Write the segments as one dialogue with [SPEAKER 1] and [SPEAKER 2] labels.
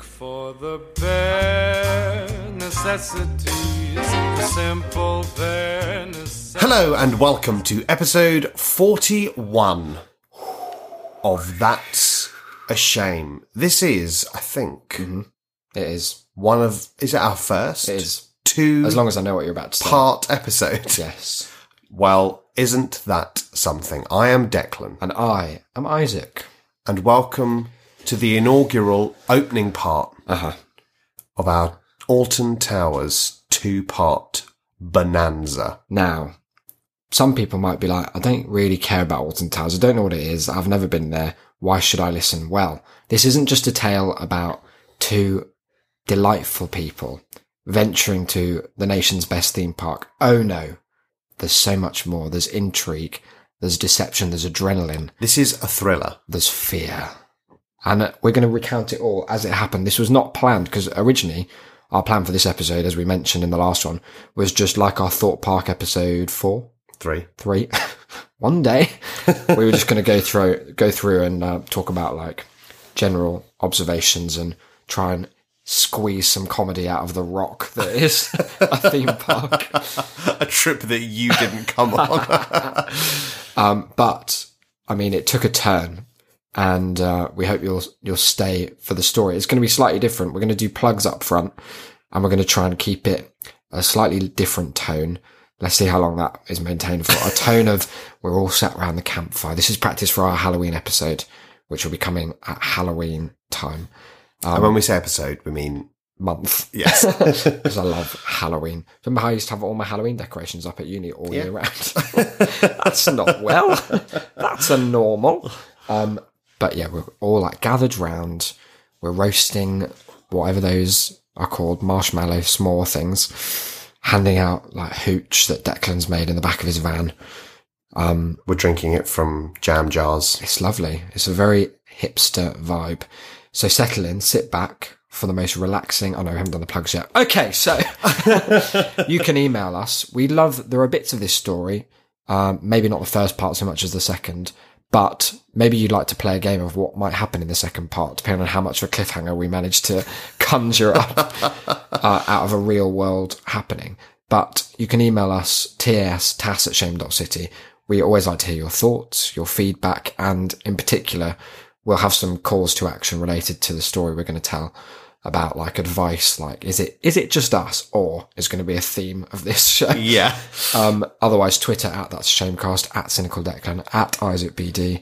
[SPEAKER 1] the bare necessities, simple bare necessities.
[SPEAKER 2] Hello and welcome to episode 41 of That's a Shame. This is, I think,
[SPEAKER 3] It is.
[SPEAKER 2] one of. Is it our first?
[SPEAKER 3] Mm-hmm. It is.
[SPEAKER 2] Two
[SPEAKER 3] As long as I know what you're about to say.
[SPEAKER 2] part episode.
[SPEAKER 3] Yes.
[SPEAKER 2] Well, isn't that something? I am Declan
[SPEAKER 3] And I am Isaac.
[SPEAKER 2] and welcome to the inaugural opening part
[SPEAKER 3] Uh-huh.
[SPEAKER 2] of our Alton Towers two part bonanza.
[SPEAKER 3] Now, some people might be like, I don't really care about Alton Towers. I don't know what it is. I've never been there. Why should I listen? Well, this isn't just a tale about two delightful people venturing to the nation's best theme park. Oh no. There's so much more. There's intrigue. There's deception. There's adrenaline.
[SPEAKER 2] This is a thriller.
[SPEAKER 3] there's fear. And uh, we're going to recount it all as it happened. This was not planned because originally our plan for this episode, as we mentioned in the last one, was just like our Thought Park episode four,
[SPEAKER 2] Three.
[SPEAKER 3] three. one day we were just going to go through, go through and uh, talk about like general observations and try and squeeze some comedy out of the rock that is a theme park.
[SPEAKER 2] A trip that you didn't come on.
[SPEAKER 3] but I mean, it took a turn, and uh, we hope you'll you'll stay for the story. It's going to be slightly different. We're going to do plugs up front, and we're going to try and keep it a slightly different tone. Let's see how long that is maintained for. A tone of we're all sat around the campfire. This is practice for our Halloween episode, which will be coming at Halloween time
[SPEAKER 2] and when we say episode, we mean
[SPEAKER 3] month
[SPEAKER 2] yes.
[SPEAKER 3] because I love Halloween. Remember how I used to have all my Halloween decorations up at uni all year round? That's not well. That's a normal. Um, but yeah, we're all like gathered round. We're roasting whatever those are called, marshmallow small things, handing out like hooch that Declan's made in the back of his van.
[SPEAKER 2] We're drinking it from jam jars.
[SPEAKER 3] It's lovely. It's a very hipster vibe. So settle in, sit back for the most relaxing. Oh no, we haven't done the plugs yet. Okay, so you can email us. We love there are bits of this story. Um, maybe not the first part so much as the second, but maybe you'd like to play a game of what might happen in the second part, depending on how much of a cliffhanger we manage to conjure up uh, out of a real world happening. But you can email us tas at shame.city. We always like to hear your thoughts, your feedback, and in particular, we'll have some calls to action related to the story we're going to tell about like advice like is it is it just us or is going to be a theme of this show
[SPEAKER 2] Yeah.
[SPEAKER 3] um, otherwise, Twitter at that's shamecast, at cynical declan, at Isaac BD.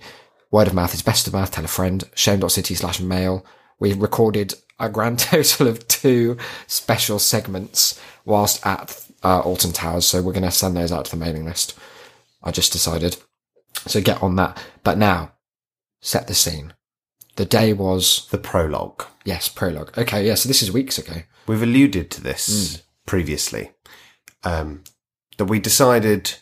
[SPEAKER 3] Word of mouth is best of mouth. Tell a friend. Shame.city slash mail. We recorded a grand total of two special segments whilst at uh, Alton Towers, so we're going to send those out to the mailing list. I just decided. So get on that. But now, set the scene. The day was,
[SPEAKER 2] The prologue.
[SPEAKER 3] yes, prologue. Okay, yeah, so this is weeks ago.
[SPEAKER 2] We've alluded to this previously. Um, that we decided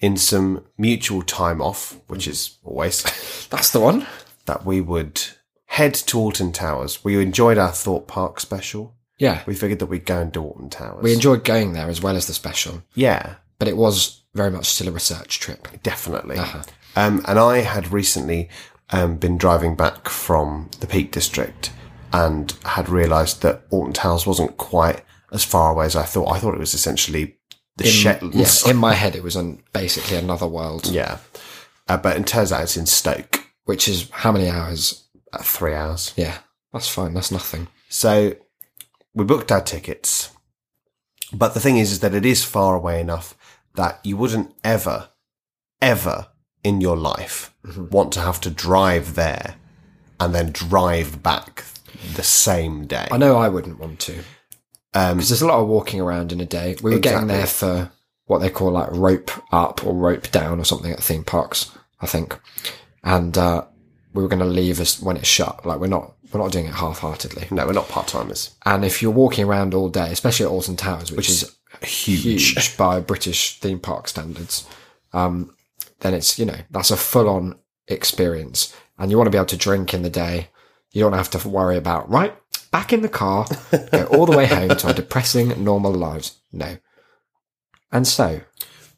[SPEAKER 2] in some mutual time off, which is always
[SPEAKER 3] That's the one.
[SPEAKER 2] that we would head to Alton Towers. We enjoyed our Thought Park special.
[SPEAKER 3] Yeah.
[SPEAKER 2] We figured that we'd go and do Alton Towers.
[SPEAKER 3] We enjoyed going there as well as the special.
[SPEAKER 2] yeah,
[SPEAKER 3] but it was very much still a research trip.
[SPEAKER 2] definitely. Um, and I had recently um, been driving back from the Peak District and had realised that Alton Towers wasn't quite as far away as I thought. I thought it was essentially the Shetlands.
[SPEAKER 3] Yes, in my head, it was on basically another world,
[SPEAKER 2] Mm-hmm. Yeah. Uh, but it turns out it's in Stoke
[SPEAKER 3] which is how many hours?
[SPEAKER 2] at three hours.
[SPEAKER 3] Yeah, that's fine. That's nothing.
[SPEAKER 2] So we booked our tickets. But the thing is, is that it is far away enough that you wouldn't ever, ever in your life
[SPEAKER 3] Mm-hmm.
[SPEAKER 2] want to have to drive there and then drive back the same day.
[SPEAKER 3] I know I wouldn't want to
[SPEAKER 2] Um,
[SPEAKER 3] because there's a lot of walking around in a day. We were getting
[SPEAKER 2] Exactly.
[SPEAKER 3] there for what they call like rope up or rope down or something at theme parks, I think, and uh, we were going to leave us when it shut. Like we're not we're not doing it half heartedly.
[SPEAKER 2] no, we're not part timers.
[SPEAKER 3] And if you're walking around all day, especially at Alton Towers, which is
[SPEAKER 2] Huge.
[SPEAKER 3] huge by British theme park standards, um, then it's, you know, that's a full on experience. And you want to be able to drink in the day. You don't have to worry about, right, back in the car, go all the way home to our depressing normal lives. No. And so,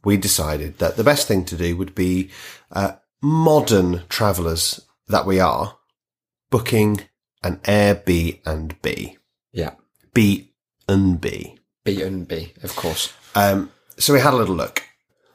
[SPEAKER 2] we decided that the best thing to do would be uh, modern travellers that we are booking an air B and B.
[SPEAKER 3] Yeah.
[SPEAKER 2] B and B.
[SPEAKER 3] B and B, of course.
[SPEAKER 2] Um, so we had a little look.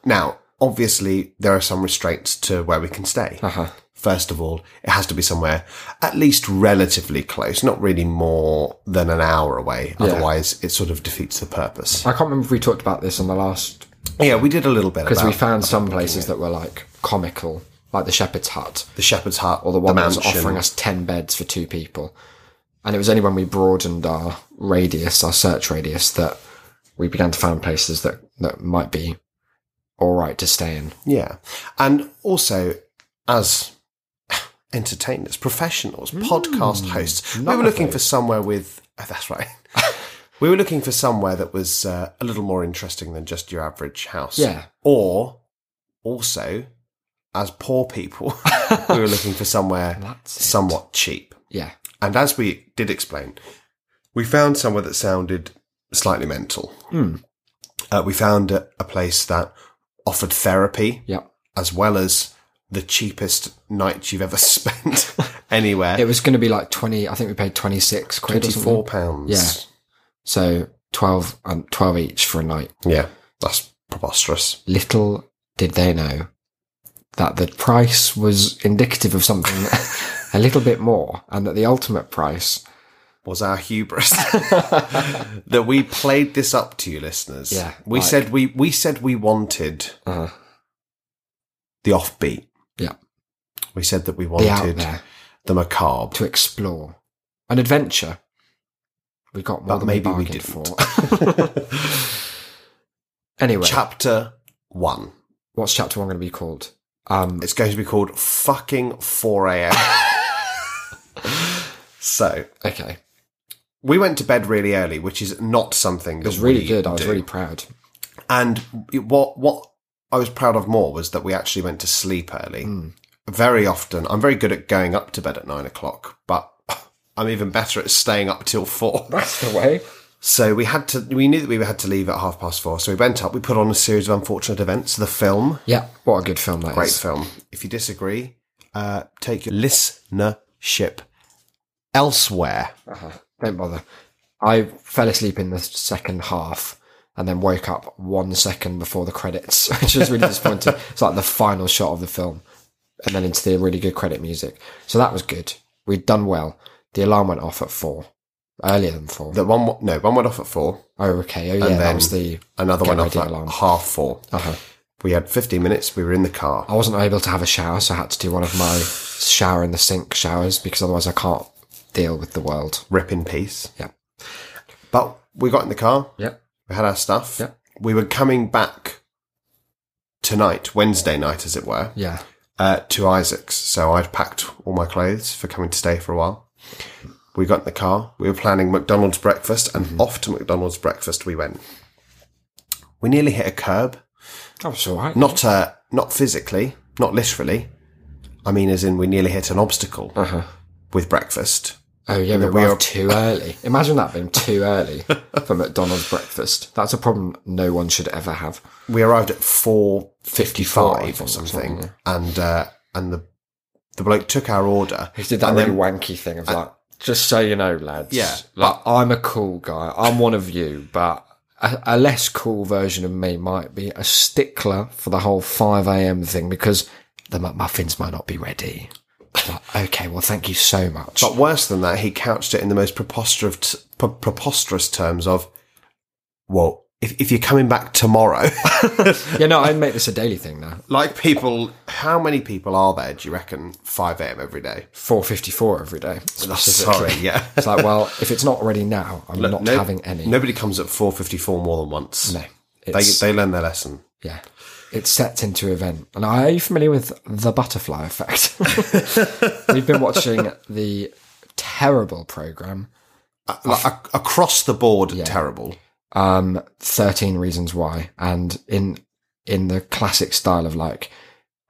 [SPEAKER 2] Now, obviously, there are some restraints to where we can stay.
[SPEAKER 3] Uh-huh.
[SPEAKER 2] First of all, it has to be somewhere at least relatively close, not really more than an hour away. Otherwise, it sort of defeats the purpose.
[SPEAKER 3] I can't remember if we talked about this on the last
[SPEAKER 2] Yeah, we did a little bit
[SPEAKER 3] because
[SPEAKER 2] about
[SPEAKER 3] we found some places that were like comical, like the Shepherd's Hut
[SPEAKER 2] the shepherd's hut
[SPEAKER 3] or the one that was
[SPEAKER 2] mansion.
[SPEAKER 3] offering us ten beds for two people. And it was only when we broadened our radius, our search radius, that we began to find places that that might be all right to stay in.
[SPEAKER 2] Yeah. And also, as entertainers, professionals,
[SPEAKER 3] Hmm.
[SPEAKER 2] podcast hosts, we were looking for somewhere with. oh, that's right. we were looking for somewhere that was uh, a little more interesting than just your average house.
[SPEAKER 3] Yeah.
[SPEAKER 2] Or also, as poor people, we were looking for somewhere
[SPEAKER 3] That's it.
[SPEAKER 2] somewhat cheap.
[SPEAKER 3] Yeah,
[SPEAKER 2] And as we did explain, we found somewhere that sounded slightly mental.
[SPEAKER 3] Hmm.
[SPEAKER 2] Uh, we found a, a place that offered therapy
[SPEAKER 3] yeah.
[SPEAKER 2] as well as the cheapest night you've ever spent anywhere.
[SPEAKER 3] It was going to be like twenty. I think we paid twenty six quid. or something.
[SPEAKER 2] Twenty-four pounds.
[SPEAKER 3] So 12, um, 12 each for a night.
[SPEAKER 2] Yeah, yeah, that's preposterous.
[SPEAKER 3] Little did they know that the price was indicative of something a little bit more, and that the ultimate price.
[SPEAKER 2] Was our hubris that we played this up to you, listeners?
[SPEAKER 3] Yeah,
[SPEAKER 2] we
[SPEAKER 3] like-
[SPEAKER 2] said we we said we wanted
[SPEAKER 3] Uh,
[SPEAKER 2] the offbeat.
[SPEAKER 3] Yeah.
[SPEAKER 2] we said that we
[SPEAKER 3] be out
[SPEAKER 2] wanted
[SPEAKER 3] there
[SPEAKER 2] the macabre.
[SPEAKER 3] to explore an adventure. We got more
[SPEAKER 2] But
[SPEAKER 3] than
[SPEAKER 2] maybe we
[SPEAKER 3] we bargained
[SPEAKER 2] didn't.
[SPEAKER 3] for. anyway,
[SPEAKER 2] Chapter one.
[SPEAKER 3] what's chapter one going to be called? Um,
[SPEAKER 2] It's going to be called fucking four a.m. so
[SPEAKER 3] okay,
[SPEAKER 2] we went to bed really early, which is not something
[SPEAKER 3] it
[SPEAKER 2] that
[SPEAKER 3] was really
[SPEAKER 2] we
[SPEAKER 3] good. I was
[SPEAKER 2] do.
[SPEAKER 3] really proud.
[SPEAKER 2] And what what I was proud of more was that we actually went to sleep early.
[SPEAKER 3] Hmm.
[SPEAKER 2] Very often, I'm very good at going up to bed at nine o'clock, but I'm even better at staying up till four.
[SPEAKER 3] That's the way.
[SPEAKER 2] So we had to, we knew that we had to leave at half past four. So we went up. We put on a series of unfortunate events. The film,
[SPEAKER 3] Yeah, what a good film that is.
[SPEAKER 2] great film. If you disagree, uh, take your listenership elsewhere.
[SPEAKER 3] Don't bother. I fell asleep in the second half and then woke up one second before the credits, which was really disappointing. It's like the final shot of the film and then into the really good credit music. So that was good. We'd done well. The alarm went off at four, earlier than four.
[SPEAKER 2] That one, wa- no, one went off at four.
[SPEAKER 3] oh, okay. Oh, yeah, that
[SPEAKER 2] then-
[SPEAKER 3] was the.
[SPEAKER 2] Another
[SPEAKER 3] Get
[SPEAKER 2] one off
[SPEAKER 3] ready
[SPEAKER 2] at
[SPEAKER 3] alarm.
[SPEAKER 2] half four.
[SPEAKER 3] Uh-huh.
[SPEAKER 2] We had 15 minutes. We were in the car.
[SPEAKER 3] I wasn't able to have a shower, so I had to do one of my shower in the sink showers because otherwise I can't deal with the world.
[SPEAKER 2] rip in peace.
[SPEAKER 3] Yeah.
[SPEAKER 2] But we got in the car,
[SPEAKER 3] Yep.
[SPEAKER 2] we had our stuff.
[SPEAKER 3] Yeah.
[SPEAKER 2] We were coming back tonight, Wednesday night, as it were,
[SPEAKER 3] Yeah.
[SPEAKER 2] uh, to Isaac's. So I'd packed all my clothes for coming to stay for a while. We got in the car, we were planning McDonald's breakfast, and
[SPEAKER 3] Mm-hmm.
[SPEAKER 2] off to McDonald's breakfast we went. We nearly hit a curb.
[SPEAKER 3] That was all right.
[SPEAKER 2] Not uh, not physically, not literally. I mean, as in, we nearly hit an obstacle
[SPEAKER 3] Uh-huh.
[SPEAKER 2] with breakfast.
[SPEAKER 3] Oh yeah, but
[SPEAKER 2] we
[SPEAKER 3] we
[SPEAKER 2] are-
[SPEAKER 3] are too early. Imagine that being too early for McDonald's breakfast. That's a problem no one should ever have.
[SPEAKER 2] we arrived at four fifty-five or
[SPEAKER 3] or
[SPEAKER 2] something, and uh, and the the bloke took our order.
[SPEAKER 3] He did that really wanky thing of like, just so you know, lads.
[SPEAKER 2] Yeah,
[SPEAKER 3] like I'm a cool guy. I'm one of you, but a, a less cool version of me might be a stickler for the whole five a.m. thing because the McMuffins might not be ready. Like, okay, well, thank you so much.
[SPEAKER 2] But worse than that, he couched it in the most preposterous t- pre- preposterous terms of, well, if if you're coming back tomorrow,
[SPEAKER 3] yeah, no, I make this a daily thing now.
[SPEAKER 2] like people, how many people are there? Do you reckon five a.m. every day?
[SPEAKER 3] Four fifty-four every day.
[SPEAKER 2] Sorry, yeah.
[SPEAKER 3] It's like, well, if it's not already now, I'm not
[SPEAKER 2] No-
[SPEAKER 3] having any.
[SPEAKER 2] Nobody comes at four fifty-four more than once.
[SPEAKER 3] No,
[SPEAKER 2] They,
[SPEAKER 3] it's,
[SPEAKER 2] they learn their lesson.
[SPEAKER 3] yeah, it's set into event. And are you familiar with the butterfly effect? We've been watching the terrible program,
[SPEAKER 2] Like, ac- across the board, terrible.
[SPEAKER 3] um, Thirteen Reasons Why, and in in the classic style of like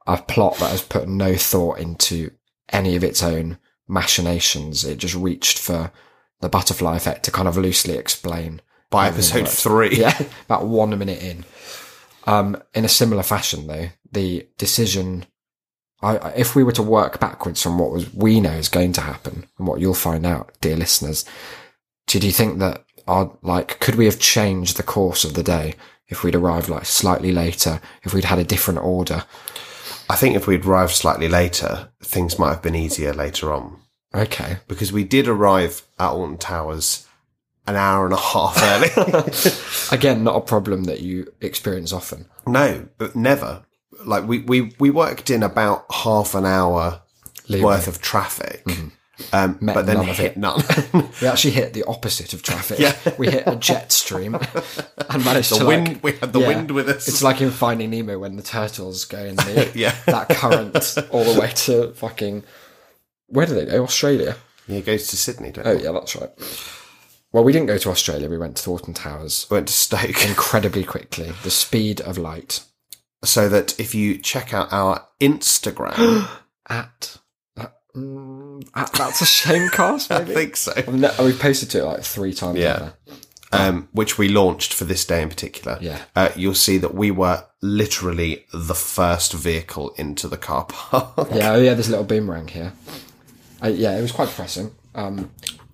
[SPEAKER 3] a plot that has put no thought into any of its own machinations. It just reached for the butterfly effect to kind of loosely explain
[SPEAKER 2] By episode three,
[SPEAKER 3] yeah, about one minute in. Um, in a similar fashion, though, the decision I, I- if we were to work backwards from what was we know is going to happen and what you'll find out, dear listeners, did you think that our like could we have changed the course of the day if we'd arrived like slightly later, if we'd had a different order?
[SPEAKER 2] I think if we'd arrived slightly later, things might have been easier later on.
[SPEAKER 3] Okay,
[SPEAKER 2] Because we did arrive at Alton Towers an hour and a half early.
[SPEAKER 3] again, not a problem that you experience often.
[SPEAKER 2] no, but never. Like we, we, we worked in about half an hour
[SPEAKER 3] Leeway. Mm-hmm.
[SPEAKER 2] worth of traffic. Um,
[SPEAKER 3] Met
[SPEAKER 2] but then
[SPEAKER 3] none of
[SPEAKER 2] hit none.
[SPEAKER 3] We actually hit the opposite of traffic. We hit a jet stream and managed to
[SPEAKER 2] wind-
[SPEAKER 3] like,
[SPEAKER 2] we had the wind with us.
[SPEAKER 3] It's like in Finding Nemo when the turtles go in the,
[SPEAKER 2] Yeah.
[SPEAKER 3] that current all the way to fucking where do they go? Australia.
[SPEAKER 2] yeah, it goes to Sydney, don't
[SPEAKER 3] Oh
[SPEAKER 2] it?
[SPEAKER 3] yeah, that's right. Well, we didn't go to Australia. We went to Thornton Towers
[SPEAKER 2] Went to Stoke.
[SPEAKER 3] incredibly quickly. The speed of light
[SPEAKER 2] so that if you check out our Instagram,
[SPEAKER 3] at. at- mm, at- that's a shame cast,
[SPEAKER 2] I
[SPEAKER 3] maybe.
[SPEAKER 2] think so,
[SPEAKER 3] No, we posted to it like three times.
[SPEAKER 2] Yeah.
[SPEAKER 3] haven't we?
[SPEAKER 2] um, which we launched for this day in particular,
[SPEAKER 3] Yeah.
[SPEAKER 2] uh, you'll see that we were literally the first vehicle into the car park.
[SPEAKER 3] Yeah, oh yeah, there's a little boomerang here. Uh, yeah, it was quite depressing, um,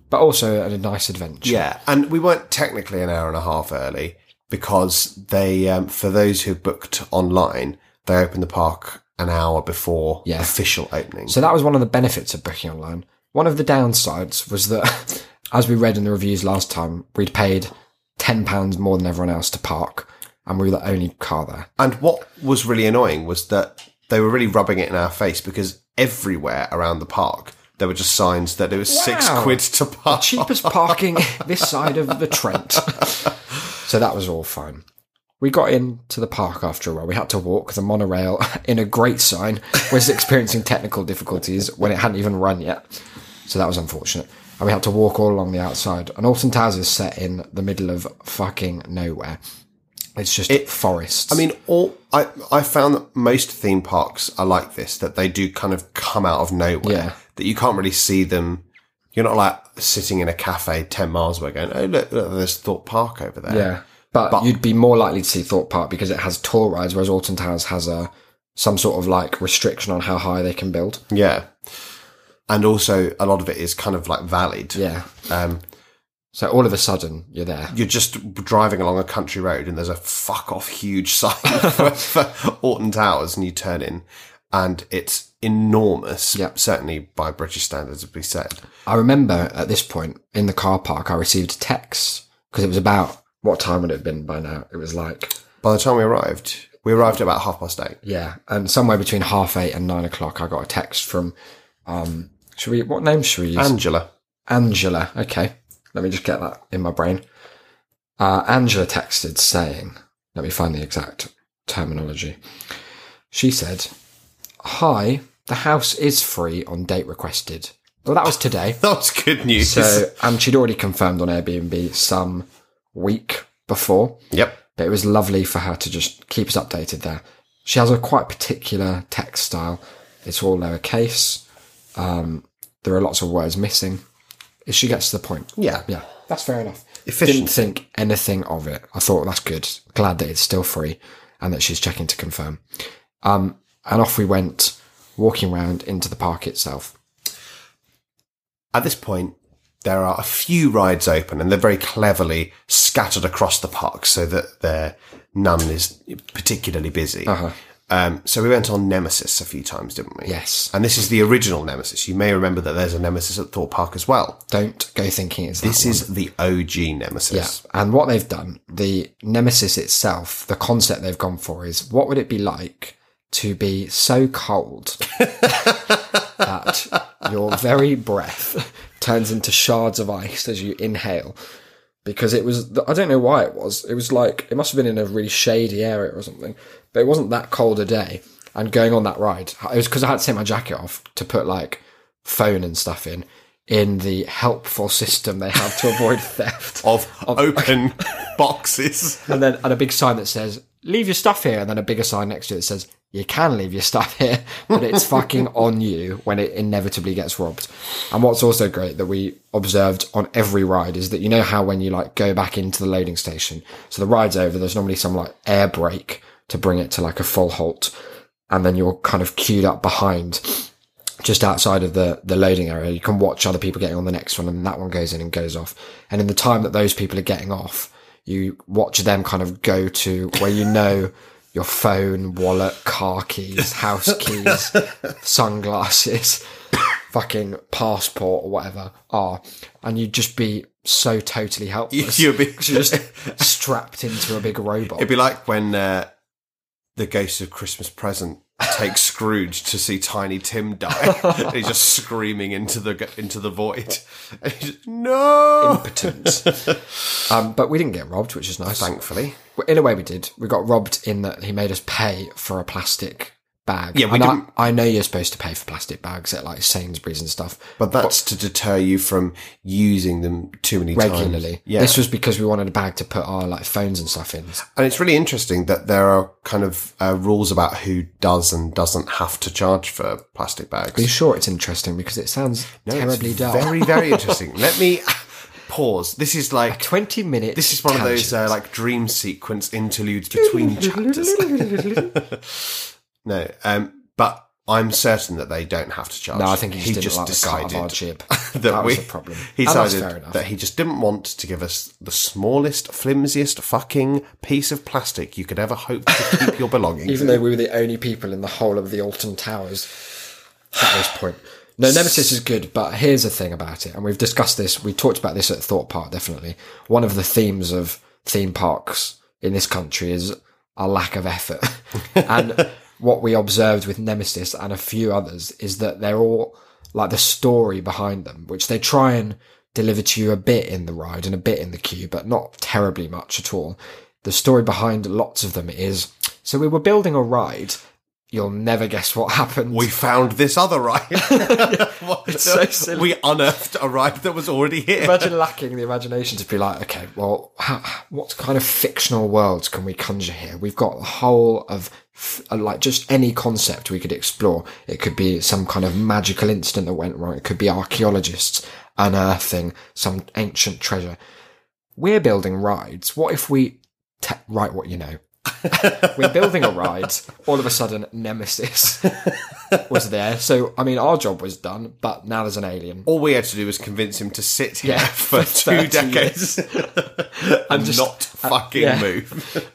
[SPEAKER 3] but also a nice adventure.
[SPEAKER 2] yeah, and we weren't technically an hour and a half early because they, um, for those who booked online, they opened the park an hour before
[SPEAKER 3] Yeah.
[SPEAKER 2] official opening.
[SPEAKER 3] So that was one of the benefits of booking online. One of the downsides was that, as we read in the reviews last time, we'd paid £10 more than everyone else to park, and we were the only car there.
[SPEAKER 2] And what was really annoying was that they were really rubbing it in our face because everywhere around the park there were just signs that it was six
[SPEAKER 3] Wow.
[SPEAKER 2] quid to park.
[SPEAKER 3] cheapest parking this side of the Trent. so that was all fine. We got into the park after a while. We had to walk. The monorail, in a great sign, was experiencing technical difficulties when it hadn't even run yet. So that was unfortunate. And we had to walk all along the outside. And Alton Towers is set in the middle of fucking nowhere. It's just forests.
[SPEAKER 2] I mean, all I I found that most theme parks are like this that they do kind of come out of nowhere
[SPEAKER 3] Yeah.
[SPEAKER 2] that you can't really see them. You're not like sitting in a cafe ten miles away going, oh look, look there's Thorpe Park over there.
[SPEAKER 3] Yeah, but, you'd be more likely to see Thorpe Park because it has tall rides, whereas Alton Towers has a some sort of like restriction on how high they can build.
[SPEAKER 2] yeah. And also, a lot of it is kind of like valid.
[SPEAKER 3] Yeah.
[SPEAKER 2] Um,
[SPEAKER 3] So all of a sudden, you're there.
[SPEAKER 2] you're just driving along a country road and there's a fuck off huge sign for, for Orton Towers and you turn in and it's enormous,
[SPEAKER 3] Yeah.
[SPEAKER 2] certainly by British standards, as we said.
[SPEAKER 3] I remember at this point in the car park, I received a text because it was about what time would it have been by now? It was like,
[SPEAKER 2] By the time we arrived, we arrived at about half past eight.
[SPEAKER 3] yeah. And somewhere between half eight and nine o'clock, I got a text from, um, should we, what name should we use?
[SPEAKER 2] Angela.
[SPEAKER 3] Angela. Okay. Let me just get that in my brain. Uh, Angela texted saying, let me find the exact terminology. She said, Hi, the house is free on date requested. Well, that was today.
[SPEAKER 2] That was good news.
[SPEAKER 3] So, and she'd already confirmed on Airbnb some week before,
[SPEAKER 2] yep.
[SPEAKER 3] but it was lovely for her to just keep us updated there. She has a quite particular text style. It's all lowercase. Um, there are lots of words missing. She gets to the point.
[SPEAKER 2] Yeah.
[SPEAKER 3] Yeah, that's fair enough.
[SPEAKER 2] Efficient.
[SPEAKER 3] Didn't think anything of it. I thought that's good. Glad that it's still free and that she's checking to confirm. Um, and off we went, walking around into the park itself.
[SPEAKER 2] At this point, there are a few rides open and they're very cleverly scattered across the park so that there none is particularly busy.
[SPEAKER 3] Uh-huh.
[SPEAKER 2] Um, so we went on Nemesis a few times, didn't we?
[SPEAKER 3] Yes.
[SPEAKER 2] And this is the original Nemesis. You may remember that there's a Nemesis at Thorpe Park as well.
[SPEAKER 3] Don't go thinking it's that
[SPEAKER 2] This is the OG Nemesis.
[SPEAKER 3] Yeah. And what they've done, the Nemesis itself, the concept they've gone for is what would it be like to be so cold that your very breath turns into shards of ice as you inhale? Because it was, I don't know why it was. It was like, it must have been in a really shady area or something, but it wasn't that cold a day. And going on that ride, it was because I had to take my jacket off to put like phone and stuff in, in the helpful system they have to avoid theft
[SPEAKER 2] Of open boxes.
[SPEAKER 3] and then and a big sign that says leave your stuff here and then a bigger sign next to it that says you can leave your stuff here but it's fucking on you when it inevitably gets robbed and what's also great that we observed on every ride is that you know how when you like go back into the loading station so the ride's over there's normally some like air brake to bring it to like a full halt and then you're kind of queued up behind just outside of the, the loading area. You can watch other people getting on the next one and that one goes in and goes off. And in the time that those people are getting off, you watch them kind of go to where you know your phone, wallet, car keys, house keys, sunglasses, fucking passport or whatever are. And you'd just be so totally helpless.
[SPEAKER 2] You'd be-
[SPEAKER 3] 'Cause you're just strapped into a big robot.
[SPEAKER 2] It'd be like when uh, the Ghost of Christmas Present takes Scrooge to see Tiny Tim die. and he's just screaming into the g- into the void. And he's just, no,
[SPEAKER 3] Um, but we didn't get robbed, which is nice.
[SPEAKER 2] thankfully.
[SPEAKER 3] Well, In a way, we did. We got robbed in that he made us pay for a plastic bag.
[SPEAKER 2] Yeah, we
[SPEAKER 3] And I-
[SPEAKER 2] didn't-
[SPEAKER 3] I, know you're supposed to pay for plastic bags at like Sainsbury's and stuff
[SPEAKER 2] But that's to deter you from using them too many times.
[SPEAKER 3] regularly.
[SPEAKER 2] Yeah,
[SPEAKER 3] This was because we wanted a bag to put our like phones and stuff in.
[SPEAKER 2] and it's really interesting that there are kind of uh, rules about who does and doesn't have to charge for plastic bags.
[SPEAKER 3] Are you sure it's interesting? Because it sounds
[SPEAKER 2] No, it's
[SPEAKER 3] terribly dull.
[SPEAKER 2] Very, very interesting. Let me pause. This is like
[SPEAKER 3] 20 minutes.
[SPEAKER 2] This is one of those uh, like dream sequence interludes between chapters. no, um, but I'm certain that they don't have to charge.
[SPEAKER 3] No, I think he just, didn't like decided the cut of our chip.
[SPEAKER 2] that,
[SPEAKER 3] was
[SPEAKER 2] we.
[SPEAKER 3] the problem.
[SPEAKER 2] He
[SPEAKER 3] And that's fair
[SPEAKER 2] decided
[SPEAKER 3] enough.
[SPEAKER 2] that he just didn't want to give us the smallest, flimsiest fucking piece of plastic you could ever hope to keep your belongings.
[SPEAKER 3] even though we were the only people in the whole of the Alton Towers at this point. No, Nemesis is good, but here's the thing about it, and we've discussed this. We talked about this at Thought Park, definitely. One of the themes of theme parks in this country is a lack of effort, and what we observed with Nemesis and a few others is that they're all like the story behind them, which they try and deliver to you a bit in the ride and a bit in the queue, but not terribly much at all. The story behind lots of them is so we were building a ride. You'll never guess what happened.
[SPEAKER 2] we found this other ride. What
[SPEAKER 3] so
[SPEAKER 2] the-
[SPEAKER 3] silly.
[SPEAKER 2] We unearthed a ride that was already here.
[SPEAKER 3] imagine lacking the imagination to be like, okay, well, how, what kind of fictional worlds can we conjure here? We've got the whole of f- uh, like just any concept we could explore. It could be some kind of magical incident that went wrong. It could be archaeologists unearthing some ancient treasure. We're building rides. What if we te- write what you know? We're building a ride. All of a sudden, Nemesis was there. So, I mean, our job was done, but now there's an alien.
[SPEAKER 2] all we had to do was convince him to sit here
[SPEAKER 3] Yeah,
[SPEAKER 2] for
[SPEAKER 3] for
[SPEAKER 2] two
[SPEAKER 3] 30
[SPEAKER 2] decades and
[SPEAKER 3] just- uh,
[SPEAKER 2] not fucking
[SPEAKER 3] yeah.
[SPEAKER 2] move.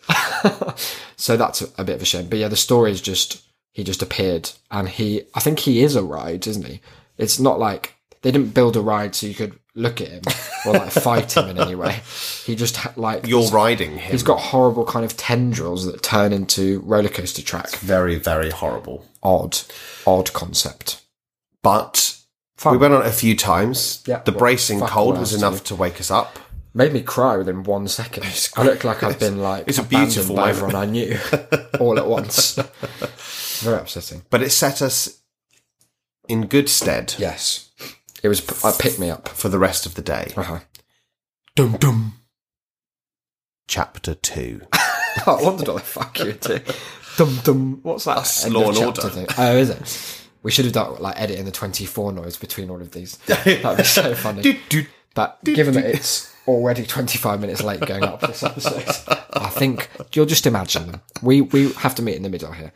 [SPEAKER 3] So that's a, a bit of a shame. But yeah, the story is just he just appeared and he I think he is a ride, isn't he? It's not like they didn't build a ride so you could look at him or like fight him in any way. He just ha- like
[SPEAKER 2] You're riding him.
[SPEAKER 3] he's got horrible kind of tendrils that turn into roller coaster track.
[SPEAKER 2] very, very horrible.
[SPEAKER 3] Odd, odd concept.
[SPEAKER 2] But
[SPEAKER 3] Fun.
[SPEAKER 2] we went on it a few times.
[SPEAKER 3] Yeah.
[SPEAKER 2] the
[SPEAKER 3] Well,
[SPEAKER 2] bracing
[SPEAKER 3] fuck
[SPEAKER 2] cold
[SPEAKER 3] all
[SPEAKER 2] was
[SPEAKER 3] else
[SPEAKER 2] enough to wake us up.
[SPEAKER 3] Made me cry within one second. I looked like I'd been like
[SPEAKER 2] it's a
[SPEAKER 3] abandoned
[SPEAKER 2] beautiful
[SPEAKER 3] by
[SPEAKER 2] moment.
[SPEAKER 3] everyone I knew all at once. Very upsetting.
[SPEAKER 2] But it set us in good stead
[SPEAKER 3] Yes, it was. I picked me up.
[SPEAKER 2] for the rest of the day.
[SPEAKER 3] Uh-huh.
[SPEAKER 2] Dum dum. Chapter two.
[SPEAKER 3] I wondered what the fuck you would do. Dum dum. What's that?
[SPEAKER 2] That's
[SPEAKER 3] end
[SPEAKER 2] Law and
[SPEAKER 3] of chapter
[SPEAKER 2] Order.
[SPEAKER 3] Thing? Oh, is it? We should have done like editing the twenty four noise between all of these. That'd be so
[SPEAKER 2] Do,
[SPEAKER 3] funny.
[SPEAKER 2] do.
[SPEAKER 3] But given that it's already twenty five minutes late going up this episode, I think you'll just imagine them. We we have to meet in the middle here.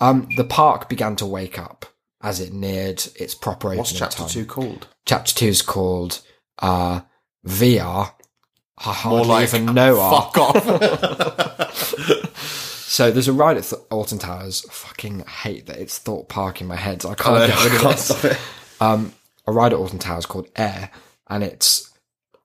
[SPEAKER 3] Um, the park began to wake up as it neared its proper opening
[SPEAKER 2] What's chapter
[SPEAKER 3] time.
[SPEAKER 2] two called?
[SPEAKER 3] Chapter two is called uh, VR. I hardly
[SPEAKER 2] More like
[SPEAKER 3] even know our-
[SPEAKER 2] Fuck off.
[SPEAKER 3] So there's a ride at Th- Alton Towers. Fucking hate that it's Thought Park in my head. I can't get rid of it. A ride at Alton Towers called Air, and it's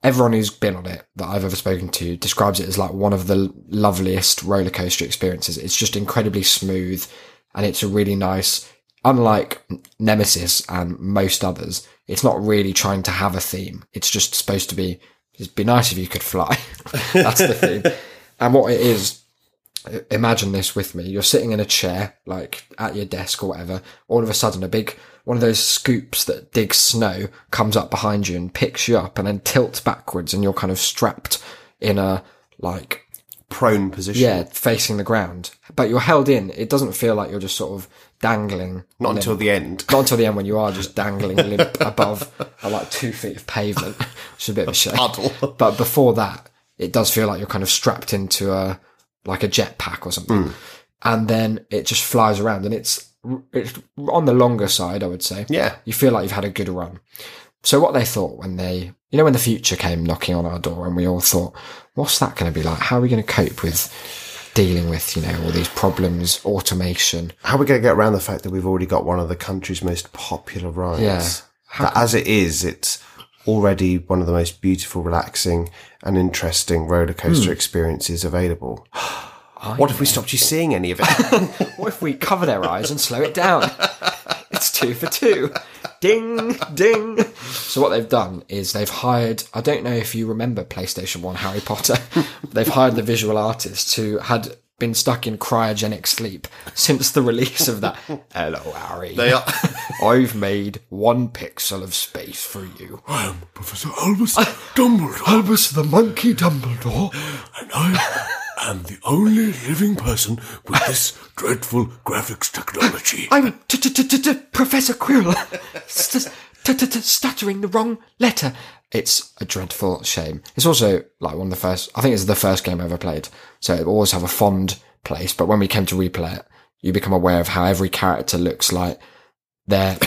[SPEAKER 3] everyone who's been on it that I've ever spoken to describes it as like one of the l- loveliest roller coaster experiences. It's just incredibly smooth, and it's a really nice. Unlike Nemesis and most others, it's not really trying to have a theme. It's just supposed to be. It'd be nice if you could fly. That's the theme. And what it is imagine this with me. You're sitting in a chair, like at your desk or whatever. All of a sudden, a big one of those scoops that digs snow comes up behind you and picks you up and then tilts backwards, and you're kind of strapped in a like
[SPEAKER 2] Prone position.
[SPEAKER 3] yeah facing the ground, but you're held in. It doesn't feel like you're just sort of dangling.
[SPEAKER 2] Not until the end.
[SPEAKER 3] Not until the end when you are just dangling limp above uh, like two feet of pavement, which is a bit of a shame
[SPEAKER 2] Puddle.
[SPEAKER 3] but
[SPEAKER 2] Hmm.
[SPEAKER 3] before that, it does feel like you're kind of strapped into a like a jetpack or something. and then it just flies around, and it's it's on the longer side, I would say.
[SPEAKER 2] Yeah.
[SPEAKER 3] You feel like you've had a good run. So what they thought when they, you know, when the future came knocking on our door, and we all thought, what's that going to be like? How are we going to cope with dealing with, you know, all these problems, automation?
[SPEAKER 2] How are we going to get around the fact that we've already got one of the country's most popular rides?
[SPEAKER 3] Yeah.
[SPEAKER 2] That as it is, it's already one of the most beautiful, relaxing, and interesting roller coaster experiences available. what if we stopped you seeing any of it?
[SPEAKER 3] What if we cover their eyes and slow it down? It's two for two. Ding, ding. So what they've done is they've hired, I don't know if you remember PlayStation 1 Harry Potter, but they've hired the visual artist who had been stuck in cryogenic sleep since the release of that. Hello, Harry. They
[SPEAKER 2] are-
[SPEAKER 3] I've made one pixel of space for you.
[SPEAKER 4] I am Professor Albus Dumbledore. Albus the Monkey Dumbledore. And I am the only living person with this dreadful graphics technology.
[SPEAKER 3] I'm t- t- t- t- t- Professor Quirrell, st- t- t- t- stuttering the wrong letter. It's a dreadful shame. It's also like one of the first. I think it's the first game I ever played, so it will always have a fond place. But when we came to replay it, you become aware of how every character looks like. They're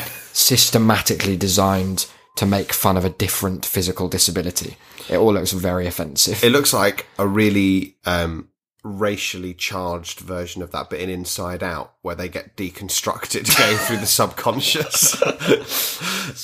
[SPEAKER 3] systematically designed to make fun of a different physical disability. It all looks very offensive.
[SPEAKER 2] it looks like a really um, racially charged version of that, but in Inside Out, where they get deconstructed going through the subconscious.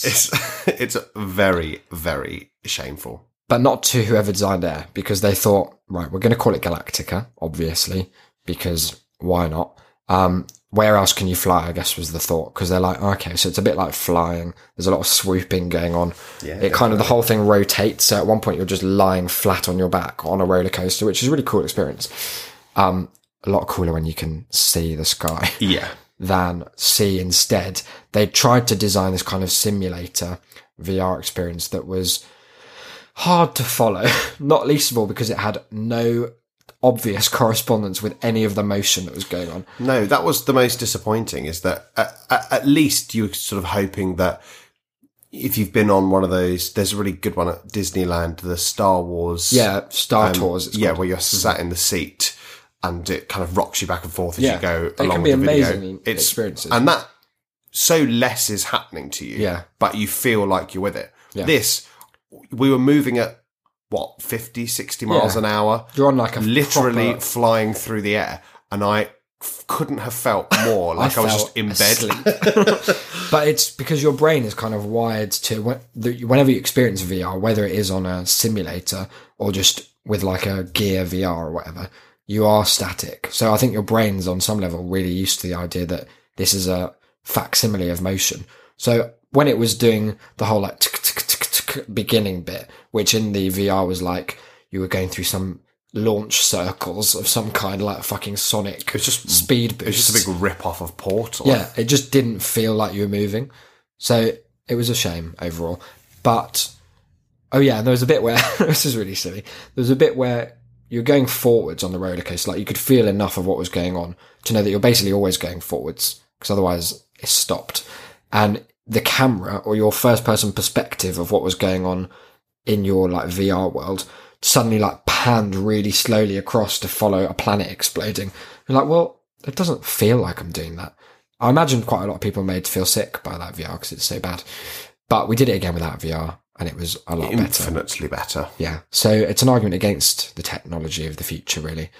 [SPEAKER 2] it's it's very very shameful.
[SPEAKER 3] but not to whoever designed it because they thought, right, we're going to call it Galactica, obviously, because why not? Um, where else can you fly? I guess was the thought because they're like, okay, so it's a bit like flying. There's a lot of swooping going on. Yeah, it kind of the whole thing rotates. So at one point you're just lying flat on your back on a roller coaster, which is a really cool experience. Um, a lot cooler when you can see the sky
[SPEAKER 2] Yeah.
[SPEAKER 3] than see instead. They tried to design this kind of simulator VR experience that was hard to follow, not least of all because it had no obvious correspondence with any of the motion that was going on.
[SPEAKER 2] No, that was the most disappointing. Is that at, at, at least you were sort of hoping that if you've been on one of those, there's a really good one at Disneyland, the Star Wars.
[SPEAKER 3] Yeah, Star Tours. It's
[SPEAKER 2] um,
[SPEAKER 3] Mm-hmm.
[SPEAKER 2] yeah, where you're sat in the seat and it kind of rocks you back and forth as
[SPEAKER 3] Yeah,
[SPEAKER 2] you go
[SPEAKER 3] they
[SPEAKER 2] along
[SPEAKER 3] can
[SPEAKER 2] with
[SPEAKER 3] be
[SPEAKER 2] the video.
[SPEAKER 3] amazing experiences.
[SPEAKER 2] and that so less is happening to you.
[SPEAKER 3] Yeah.
[SPEAKER 2] but you feel like you're with it.
[SPEAKER 3] Yeah.
[SPEAKER 2] This we were moving at what 50 60 miles
[SPEAKER 3] Yeah.
[SPEAKER 2] an hour
[SPEAKER 3] You're on like a
[SPEAKER 2] literally
[SPEAKER 3] proper-
[SPEAKER 2] flying through the air, and I f- couldn't have felt more like I, was
[SPEAKER 3] felt
[SPEAKER 2] just in bed.
[SPEAKER 3] asleep. but it's because your brain is kind of wired to when- the- whenever you experience VR, whether it is on a simulator or just with like a gear VR or whatever, you are static. So I think your brain's on some level really used to the idea that this is a facsimile of motion. So when it was doing the whole like tick, tick, tick, tick beginning bit, which in the VR was like you were going through some launch circles of some kind, like fucking Sonic
[SPEAKER 2] It was just
[SPEAKER 3] speed boost.
[SPEAKER 2] it was just a big rip off of Portal.
[SPEAKER 3] Yeah, it just didn't feel like you were moving. So it was a shame overall. But oh yeah, and there was a bit where this is really silly. There was a bit where you're going forwards on the roller coaster. Like you could feel enough of what was going on to know that you're basically always going forwards because otherwise it's stopped. And the camera or your first person perspective of what was going on in your like VR world suddenly like panned really slowly across to follow a planet exploding. You're like, well, it doesn't feel like I'm doing that. I imagine quite a lot of people were made to feel sick by that VR because it's so bad. But we did it again without VR and it was a lot better.
[SPEAKER 2] infinitely better.
[SPEAKER 3] Yeah. So it's an argument against the technology of the future, really.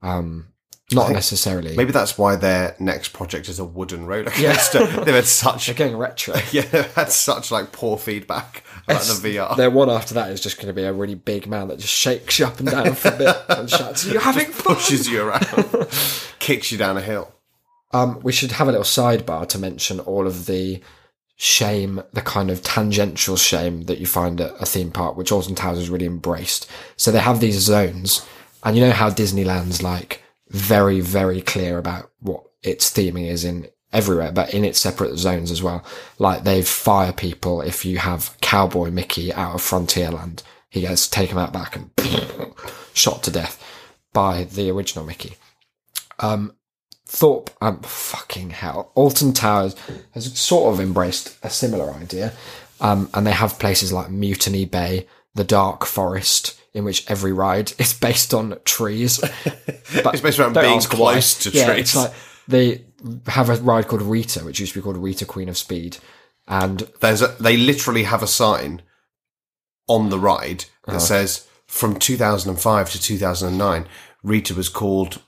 [SPEAKER 3] Um, not necessarily.
[SPEAKER 2] Maybe that's why their next project is a wooden roller
[SPEAKER 3] Yeah.
[SPEAKER 2] coaster. they've had such
[SPEAKER 3] they're going retro.
[SPEAKER 2] yeah, they've had such like poor feedback about the VR.
[SPEAKER 3] Their one after that is just going to be a really big man that just shakes you up and down for a bit and shouts, "You're having fun."
[SPEAKER 2] pushes you around, kicks you down a hill.
[SPEAKER 3] Um, we should have a little sidebar to mention all of the shame, the kind of tangential shame that you find at a theme park, which Alton Towers has really embraced. So they have these zones, and you know how Disneyland's like very, very clear about what its theming is in everywhere, but in its separate zones as well. Like they fire people if you have Cowboy Mickey out of Frontierland. He gets taken out back and shot to death by the original Mickey. Thorpe, um, fucking hell, Alton Towers has sort of embraced a similar idea, um, and they have places like Mutiny Bay, the Dark Forest, in which every ride is based on trees. But
[SPEAKER 2] It's based around
[SPEAKER 3] don't
[SPEAKER 2] being
[SPEAKER 3] ask
[SPEAKER 2] close to
[SPEAKER 3] yeah,
[SPEAKER 2] trees.
[SPEAKER 3] It's like they have a ride called Rita, which used to be called Rita Queen of Speed, and
[SPEAKER 2] There's a, they literally have a sign on the ride
[SPEAKER 3] Uh-huh.
[SPEAKER 2] that says from 2005 to 2009, Rita was called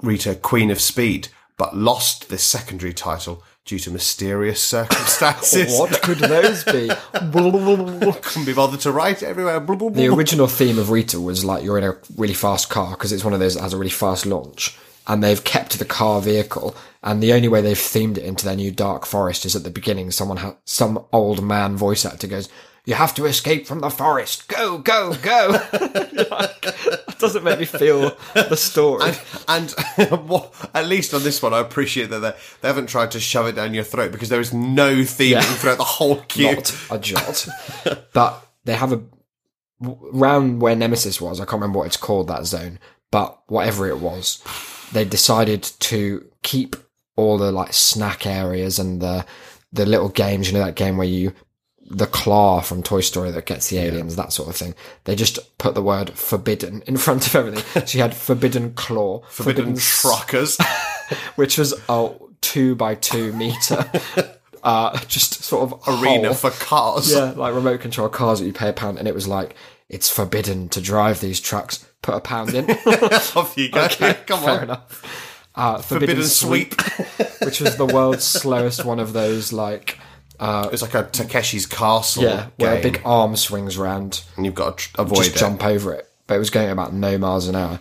[SPEAKER 2] Rita Queen of Speed, but lost this secondary title due to mysterious circumstances.
[SPEAKER 3] what could those be?
[SPEAKER 2] Couldn't be bothered to write everywhere. Blah, blah, blah,
[SPEAKER 3] the
[SPEAKER 2] blah.
[SPEAKER 3] original theme of Rita was like you're in a really fast car because it's one of those that has a really fast launch, and they've kept the car vehicle. And the only way they've themed it into their new Dark Forest is at the beginning. Someone, ha- some old man voice actor goes, "You have to escape from the forest. Go, go, go." Like, that doesn't make me feel the story.
[SPEAKER 2] And what, at least on this one, I appreciate that they, they haven't tried to shove it down your throat because there is no theming throughout the whole queue.
[SPEAKER 3] not a jot. but they have a round where Nemesis was. I can't remember what it's called that zone, but whatever it was, they decided to keep all the like snack areas and the the little games. You know that game where you the claw from Toy Story that gets the aliens, that sort of thing. They just put the word forbidden in front of everything. So you had forbidden claw,
[SPEAKER 2] Forbidden
[SPEAKER 3] s-
[SPEAKER 2] truckers.
[SPEAKER 3] Oh. which was a two by two meter, uh, just sort of
[SPEAKER 2] arena
[SPEAKER 3] hole.
[SPEAKER 2] for cars.
[SPEAKER 3] Yeah, like remote control cars that you pay a pound, and it was like it's forbidden to drive these trucks. Put a pound in.
[SPEAKER 2] Off you go. Come
[SPEAKER 3] Fair
[SPEAKER 2] on.
[SPEAKER 3] enough. Uh, forbidden,
[SPEAKER 2] Forbidden
[SPEAKER 3] sweep,
[SPEAKER 2] sweep.
[SPEAKER 3] which was the world's slowest one of those, like
[SPEAKER 2] Uh, It's like a Takeshi's Castle
[SPEAKER 3] yeah, where a
[SPEAKER 2] game,
[SPEAKER 3] big arm swings round,
[SPEAKER 2] and you've got to tr- avoid
[SPEAKER 3] just
[SPEAKER 2] it.
[SPEAKER 3] jump over it. But it was going about no miles an hour,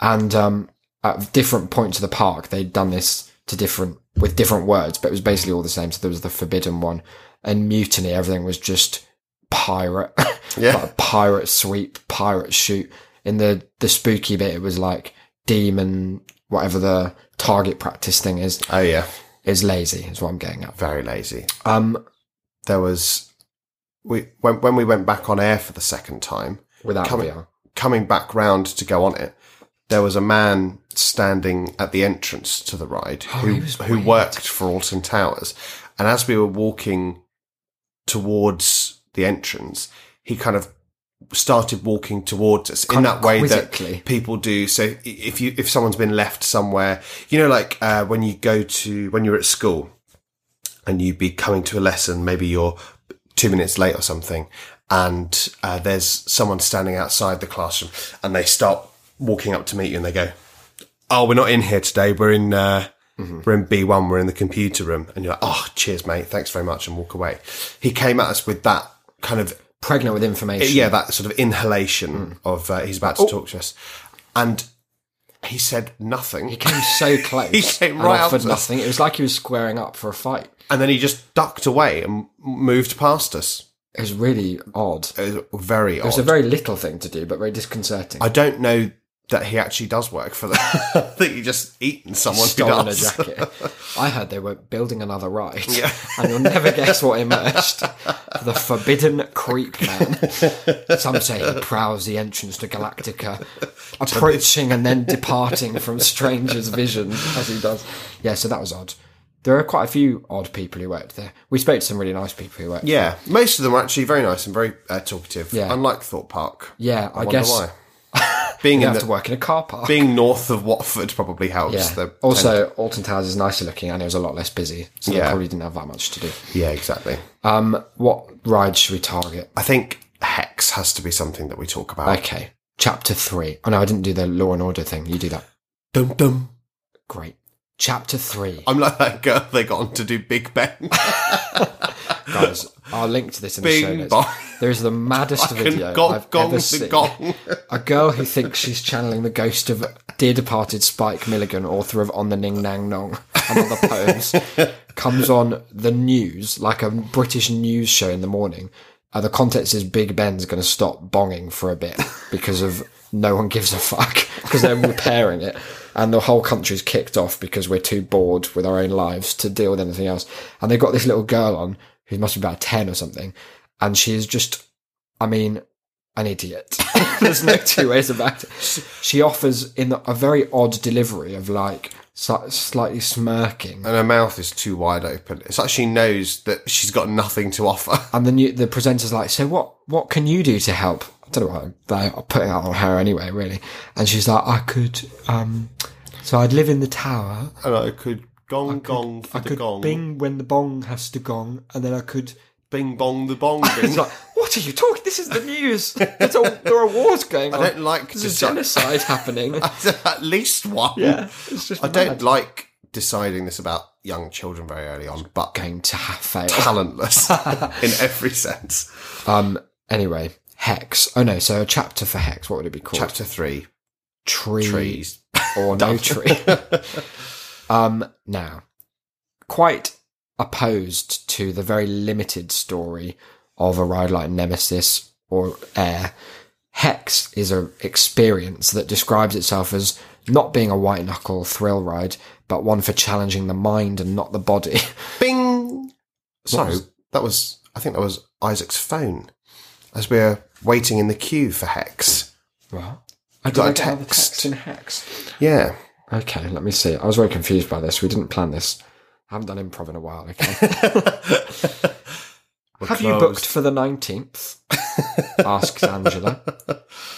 [SPEAKER 3] and um, at different points of the park, they'd done this to different with different words, but it was basically all the same. So there was the forbidden one, and mutiny. Everything was just pirate.
[SPEAKER 2] Yeah.
[SPEAKER 3] like pirate sweep, pirate shoot. In the the spooky bit, it was like demon, whatever the target practice thing is,
[SPEAKER 2] Oh yeah,
[SPEAKER 3] is lazy. Is what I'm getting at.
[SPEAKER 2] very lazy.
[SPEAKER 3] Um,
[SPEAKER 2] There was we when when we went back on air for the second time,
[SPEAKER 3] without
[SPEAKER 2] Coming-
[SPEAKER 3] VR.
[SPEAKER 2] coming back round to go on it, there was a man standing at the entrance to the ride
[SPEAKER 3] Oh, he
[SPEAKER 2] who,
[SPEAKER 3] was
[SPEAKER 2] who
[SPEAKER 3] weird.
[SPEAKER 2] worked for Alton Towers. And as we were walking towards the entrance, he kind of started walking towards us in
[SPEAKER 3] Kind
[SPEAKER 2] that
[SPEAKER 3] of
[SPEAKER 2] way that
[SPEAKER 3] quizzically.
[SPEAKER 2] people do. So i- if you if someone's been left somewhere, you know, like uh, when you go to when you're at school and you'd be coming to a lesson, maybe you're two minutes late or something, and uh, there's someone standing outside the classroom, and they start walking up to meet you, and they go, "Oh, we're not in here today. We're in uh,
[SPEAKER 3] Mm-hmm.
[SPEAKER 2] we're in B one. We're in the computer room." And you're like, "Oh, cheers, mate. Thanks very much," and walk away. He came at us with that kind of
[SPEAKER 3] Pregnant with information.
[SPEAKER 2] yeah, that sort of
[SPEAKER 3] Hmm.
[SPEAKER 2] inhalation of uh, he's
[SPEAKER 3] Oh.
[SPEAKER 2] about to talk to us, and he said nothing.
[SPEAKER 3] He came so close.
[SPEAKER 2] He came
[SPEAKER 3] and
[SPEAKER 2] right up
[SPEAKER 3] offered
[SPEAKER 2] to us.
[SPEAKER 3] nothing. It was like he was squaring up for a fight.
[SPEAKER 2] and then he just ducked away and moved past us.
[SPEAKER 3] It was really odd. It
[SPEAKER 2] It was very odd.
[SPEAKER 3] was a very little thing to do, but very disconcerting.
[SPEAKER 2] I don't know that he actually does work for them. I think he just eaten someone who
[SPEAKER 3] Stolen a
[SPEAKER 2] does.
[SPEAKER 3] jacket. I heard they were building another ride, and you'll never guess what emerged: the Forbidden Creep Man. Some say he prowls the entrance to Galactica, approaching and then departing from strangers' visions as he does. Yeah, so that was odd. There are quite a few odd people who worked there. We spoke to some really nice people who worked.
[SPEAKER 2] Yeah, most of them are actually very nice and very uh, talkative.
[SPEAKER 3] Yeah.
[SPEAKER 2] unlike Thorpe Park.
[SPEAKER 3] Yeah, I,
[SPEAKER 2] wonder
[SPEAKER 3] guess
[SPEAKER 2] why. being
[SPEAKER 3] you
[SPEAKER 2] in
[SPEAKER 3] have
[SPEAKER 2] the,
[SPEAKER 3] to work in a car park.
[SPEAKER 2] being north of Watford probably helps.
[SPEAKER 3] yeah.
[SPEAKER 2] They're-
[SPEAKER 3] also, Alton Towers is nicer looking, and it was a lot less busy, so they
[SPEAKER 2] Yeah.
[SPEAKER 3] probably didn't have that much to do.
[SPEAKER 2] yeah, exactly.
[SPEAKER 3] Um, what ride should we target?
[SPEAKER 2] I think Hex has to be something that we talk about.
[SPEAKER 3] Okay. Chapter three. Oh no, I didn't do the law and order thing. You do that.
[SPEAKER 2] dum dum.
[SPEAKER 3] Great. Chapter three.
[SPEAKER 2] I'm like that girl they got on to do Big Ben.
[SPEAKER 3] Guys, I'll link to this in the show
[SPEAKER 2] Bing
[SPEAKER 3] notes.
[SPEAKER 2] bong.
[SPEAKER 3] There is the maddest video
[SPEAKER 2] Gong,
[SPEAKER 3] I've
[SPEAKER 2] gong,
[SPEAKER 3] ever
[SPEAKER 2] the
[SPEAKER 3] seen.
[SPEAKER 2] gong.
[SPEAKER 3] A girl who thinks she's channeling the ghost of dear departed Spike Milligan, author of On the Ning Nang Nong and other poems, comes on the news, like a British news show in the morning. Uh, the context is Big Ben's going to stop bonging for a bit because of no one gives a fuck because they're repairing it. And the whole country's kicked off because we're too bored with our own lives to deal with anything else. And they've got this little girl on who must be about 10 or something. And she is just, I mean, an idiot. There's no two ways about it. She offers in a very odd delivery of like sli- slightly smirking,
[SPEAKER 2] and her mouth is too wide open. It's like she knows that she's got nothing to offer.
[SPEAKER 3] and the new, the presenter's like, "So what? What can you do to help?" don't know why I'm- they are putting that on her anyway, really. And she's like, I could, um, so I'd live in the tower.
[SPEAKER 2] And I could gong gong for
[SPEAKER 3] I
[SPEAKER 2] the
[SPEAKER 3] could
[SPEAKER 2] gong.
[SPEAKER 3] bing when the bong has to gong, and then I could.
[SPEAKER 2] Bing bong the bong
[SPEAKER 3] It's
[SPEAKER 2] bing.
[SPEAKER 3] like, what are you talking? This is the news. There's all, there are wars going on.
[SPEAKER 2] don't like
[SPEAKER 3] There's a
[SPEAKER 2] decide-
[SPEAKER 3] genocide happening.
[SPEAKER 2] At least one.
[SPEAKER 3] Yeah, it's just
[SPEAKER 2] I don't like deciding this about young children very early on, but
[SPEAKER 3] going to have fail.
[SPEAKER 2] talentless in every sense.
[SPEAKER 3] Um. Anyway, Hex. Oh no. So a chapter for Hex. What would it be called?
[SPEAKER 2] Chapter three.
[SPEAKER 3] tree
[SPEAKER 2] Trees.
[SPEAKER 3] or no tree. um. Now, quite opposed to the very limited story of a ride like Nemesis or Air. Hex is a experience that describes itself as not being a white knuckle thrill ride, but one for challenging the mind and not the body.
[SPEAKER 2] Bing. So
[SPEAKER 3] was-
[SPEAKER 2] that was. I think that was Isaac's phone. As we were waiting in the queue for Hex.
[SPEAKER 3] Well, I
[SPEAKER 2] got a
[SPEAKER 3] don't have
[SPEAKER 2] text.
[SPEAKER 3] text in Hex.
[SPEAKER 2] Yeah.
[SPEAKER 3] Okay, let me see. I was very confused by this. We didn't plan this. I haven't done improv in a while. Okay. Have you booked for the 19th? asks Angela.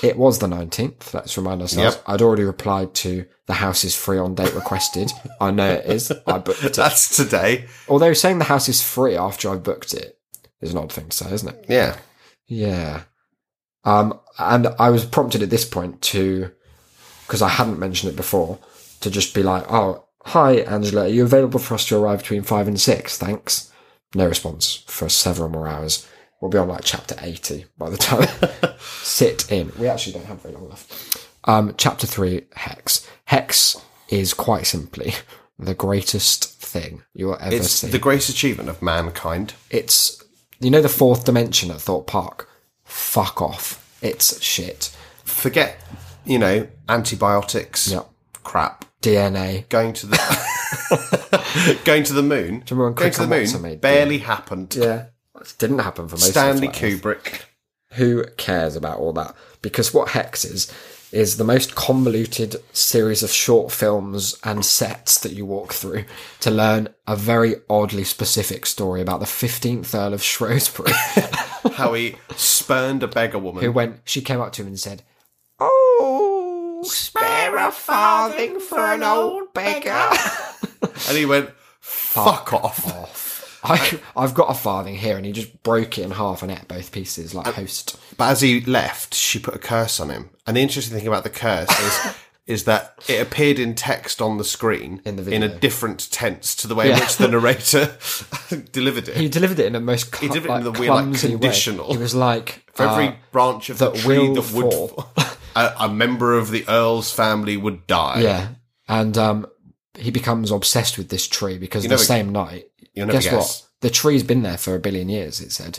[SPEAKER 3] It was the 19th. Let's remind ourselves.
[SPEAKER 2] Yep.
[SPEAKER 3] I'd already replied to the house is free on date requested. I know it is. I booked it.
[SPEAKER 2] That's today.
[SPEAKER 3] Although saying the house is free after I've booked it is an odd thing to say, isn't it?
[SPEAKER 2] Yeah.
[SPEAKER 3] Yeah. Um, and I was prompted at this point to, because I hadn't mentioned it before, to just be like, oh, hi, Angela, are you available for us to arrive between five and six? Thanks. No response for several more hours. We'll be on like chapter 80 by the time. Sit in. We actually don't have very long left. Um, chapter three, Hex. Hex is quite simply the greatest thing you'll ever
[SPEAKER 2] It's
[SPEAKER 3] see
[SPEAKER 2] the greatest achievement of mankind.
[SPEAKER 3] it's you know the fourth dimension at Thorpe Park. Fuck off. It's shit.
[SPEAKER 2] Forget, you know, antibiotics.
[SPEAKER 3] Yep.
[SPEAKER 2] Crap.
[SPEAKER 3] DNA.
[SPEAKER 2] Going to the going to the moon.
[SPEAKER 3] you remember when
[SPEAKER 2] going to the
[SPEAKER 3] Crick and Watson
[SPEAKER 2] moon
[SPEAKER 3] made-
[SPEAKER 2] barely happened.
[SPEAKER 3] Yeah. It didn't happen for most
[SPEAKER 2] Stanley
[SPEAKER 3] of us, like that.
[SPEAKER 2] Kubrick.
[SPEAKER 3] Who cares about all that? Because what Hex is is the most convoluted series of short films and sets that you walk through to learn a very oddly specific story about the 15th Earl of Shrewsbury.
[SPEAKER 2] How he spurned a beggar woman.
[SPEAKER 3] who went she came up to him and said oh spare a farthing for an old beggar
[SPEAKER 2] And he went, fuck, off.
[SPEAKER 3] I, i've got a farthing here and he just broke it in half and ate both pieces like host
[SPEAKER 2] But as he left, she put a curse on him. And the interesting thing about the curse is is that it appeared in text on the screen
[SPEAKER 3] In the
[SPEAKER 2] a
[SPEAKER 3] video.
[SPEAKER 2] different tense to the way
[SPEAKER 3] Yeah.
[SPEAKER 2] in which the narrator delivered it.
[SPEAKER 3] he delivered it in the most cl-
[SPEAKER 2] delivered it in
[SPEAKER 3] like,
[SPEAKER 2] the weird, like,
[SPEAKER 3] clumsy
[SPEAKER 2] conditional.
[SPEAKER 3] way. he was like
[SPEAKER 2] For every
[SPEAKER 3] uh,
[SPEAKER 2] branch of the
[SPEAKER 3] that
[SPEAKER 2] tree
[SPEAKER 3] will
[SPEAKER 2] that would
[SPEAKER 3] fall.
[SPEAKER 2] fall, a, a member of the Earl's family would die.
[SPEAKER 3] yeah and um he becomes obsessed with this tree because the
[SPEAKER 2] never-
[SPEAKER 3] same night
[SPEAKER 2] You'll never
[SPEAKER 3] guess,
[SPEAKER 2] guess.
[SPEAKER 3] what the tree's been there for a billion years it said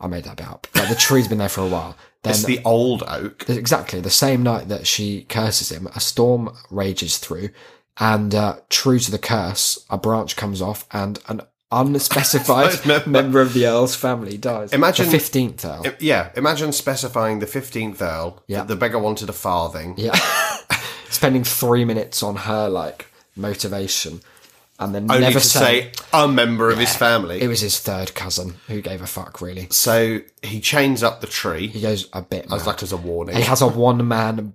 [SPEAKER 3] i made that bit up but the tree's been there for a while then
[SPEAKER 2] It's the old oak.
[SPEAKER 3] exactly the same night that she curses him a storm rages through and uh, true to the curse a branch comes off and an unspecified
[SPEAKER 2] Member.
[SPEAKER 3] member of the earl's family dies
[SPEAKER 2] Imagine-
[SPEAKER 3] the 15th earl
[SPEAKER 2] Yeah, imagine specifying the 15th Earl,
[SPEAKER 3] Yeah.
[SPEAKER 2] that the beggar wanted a farthing.
[SPEAKER 3] yeah spending three minutes on her like motivation and then
[SPEAKER 2] Only
[SPEAKER 3] never
[SPEAKER 2] to
[SPEAKER 3] say
[SPEAKER 2] say a member of his family.
[SPEAKER 3] it was his third cousin who gave a fuck really
[SPEAKER 2] So he chains up the tree.
[SPEAKER 3] he goes a bit
[SPEAKER 2] as
[SPEAKER 3] mad.
[SPEAKER 2] like as a warning,
[SPEAKER 3] he has a one-man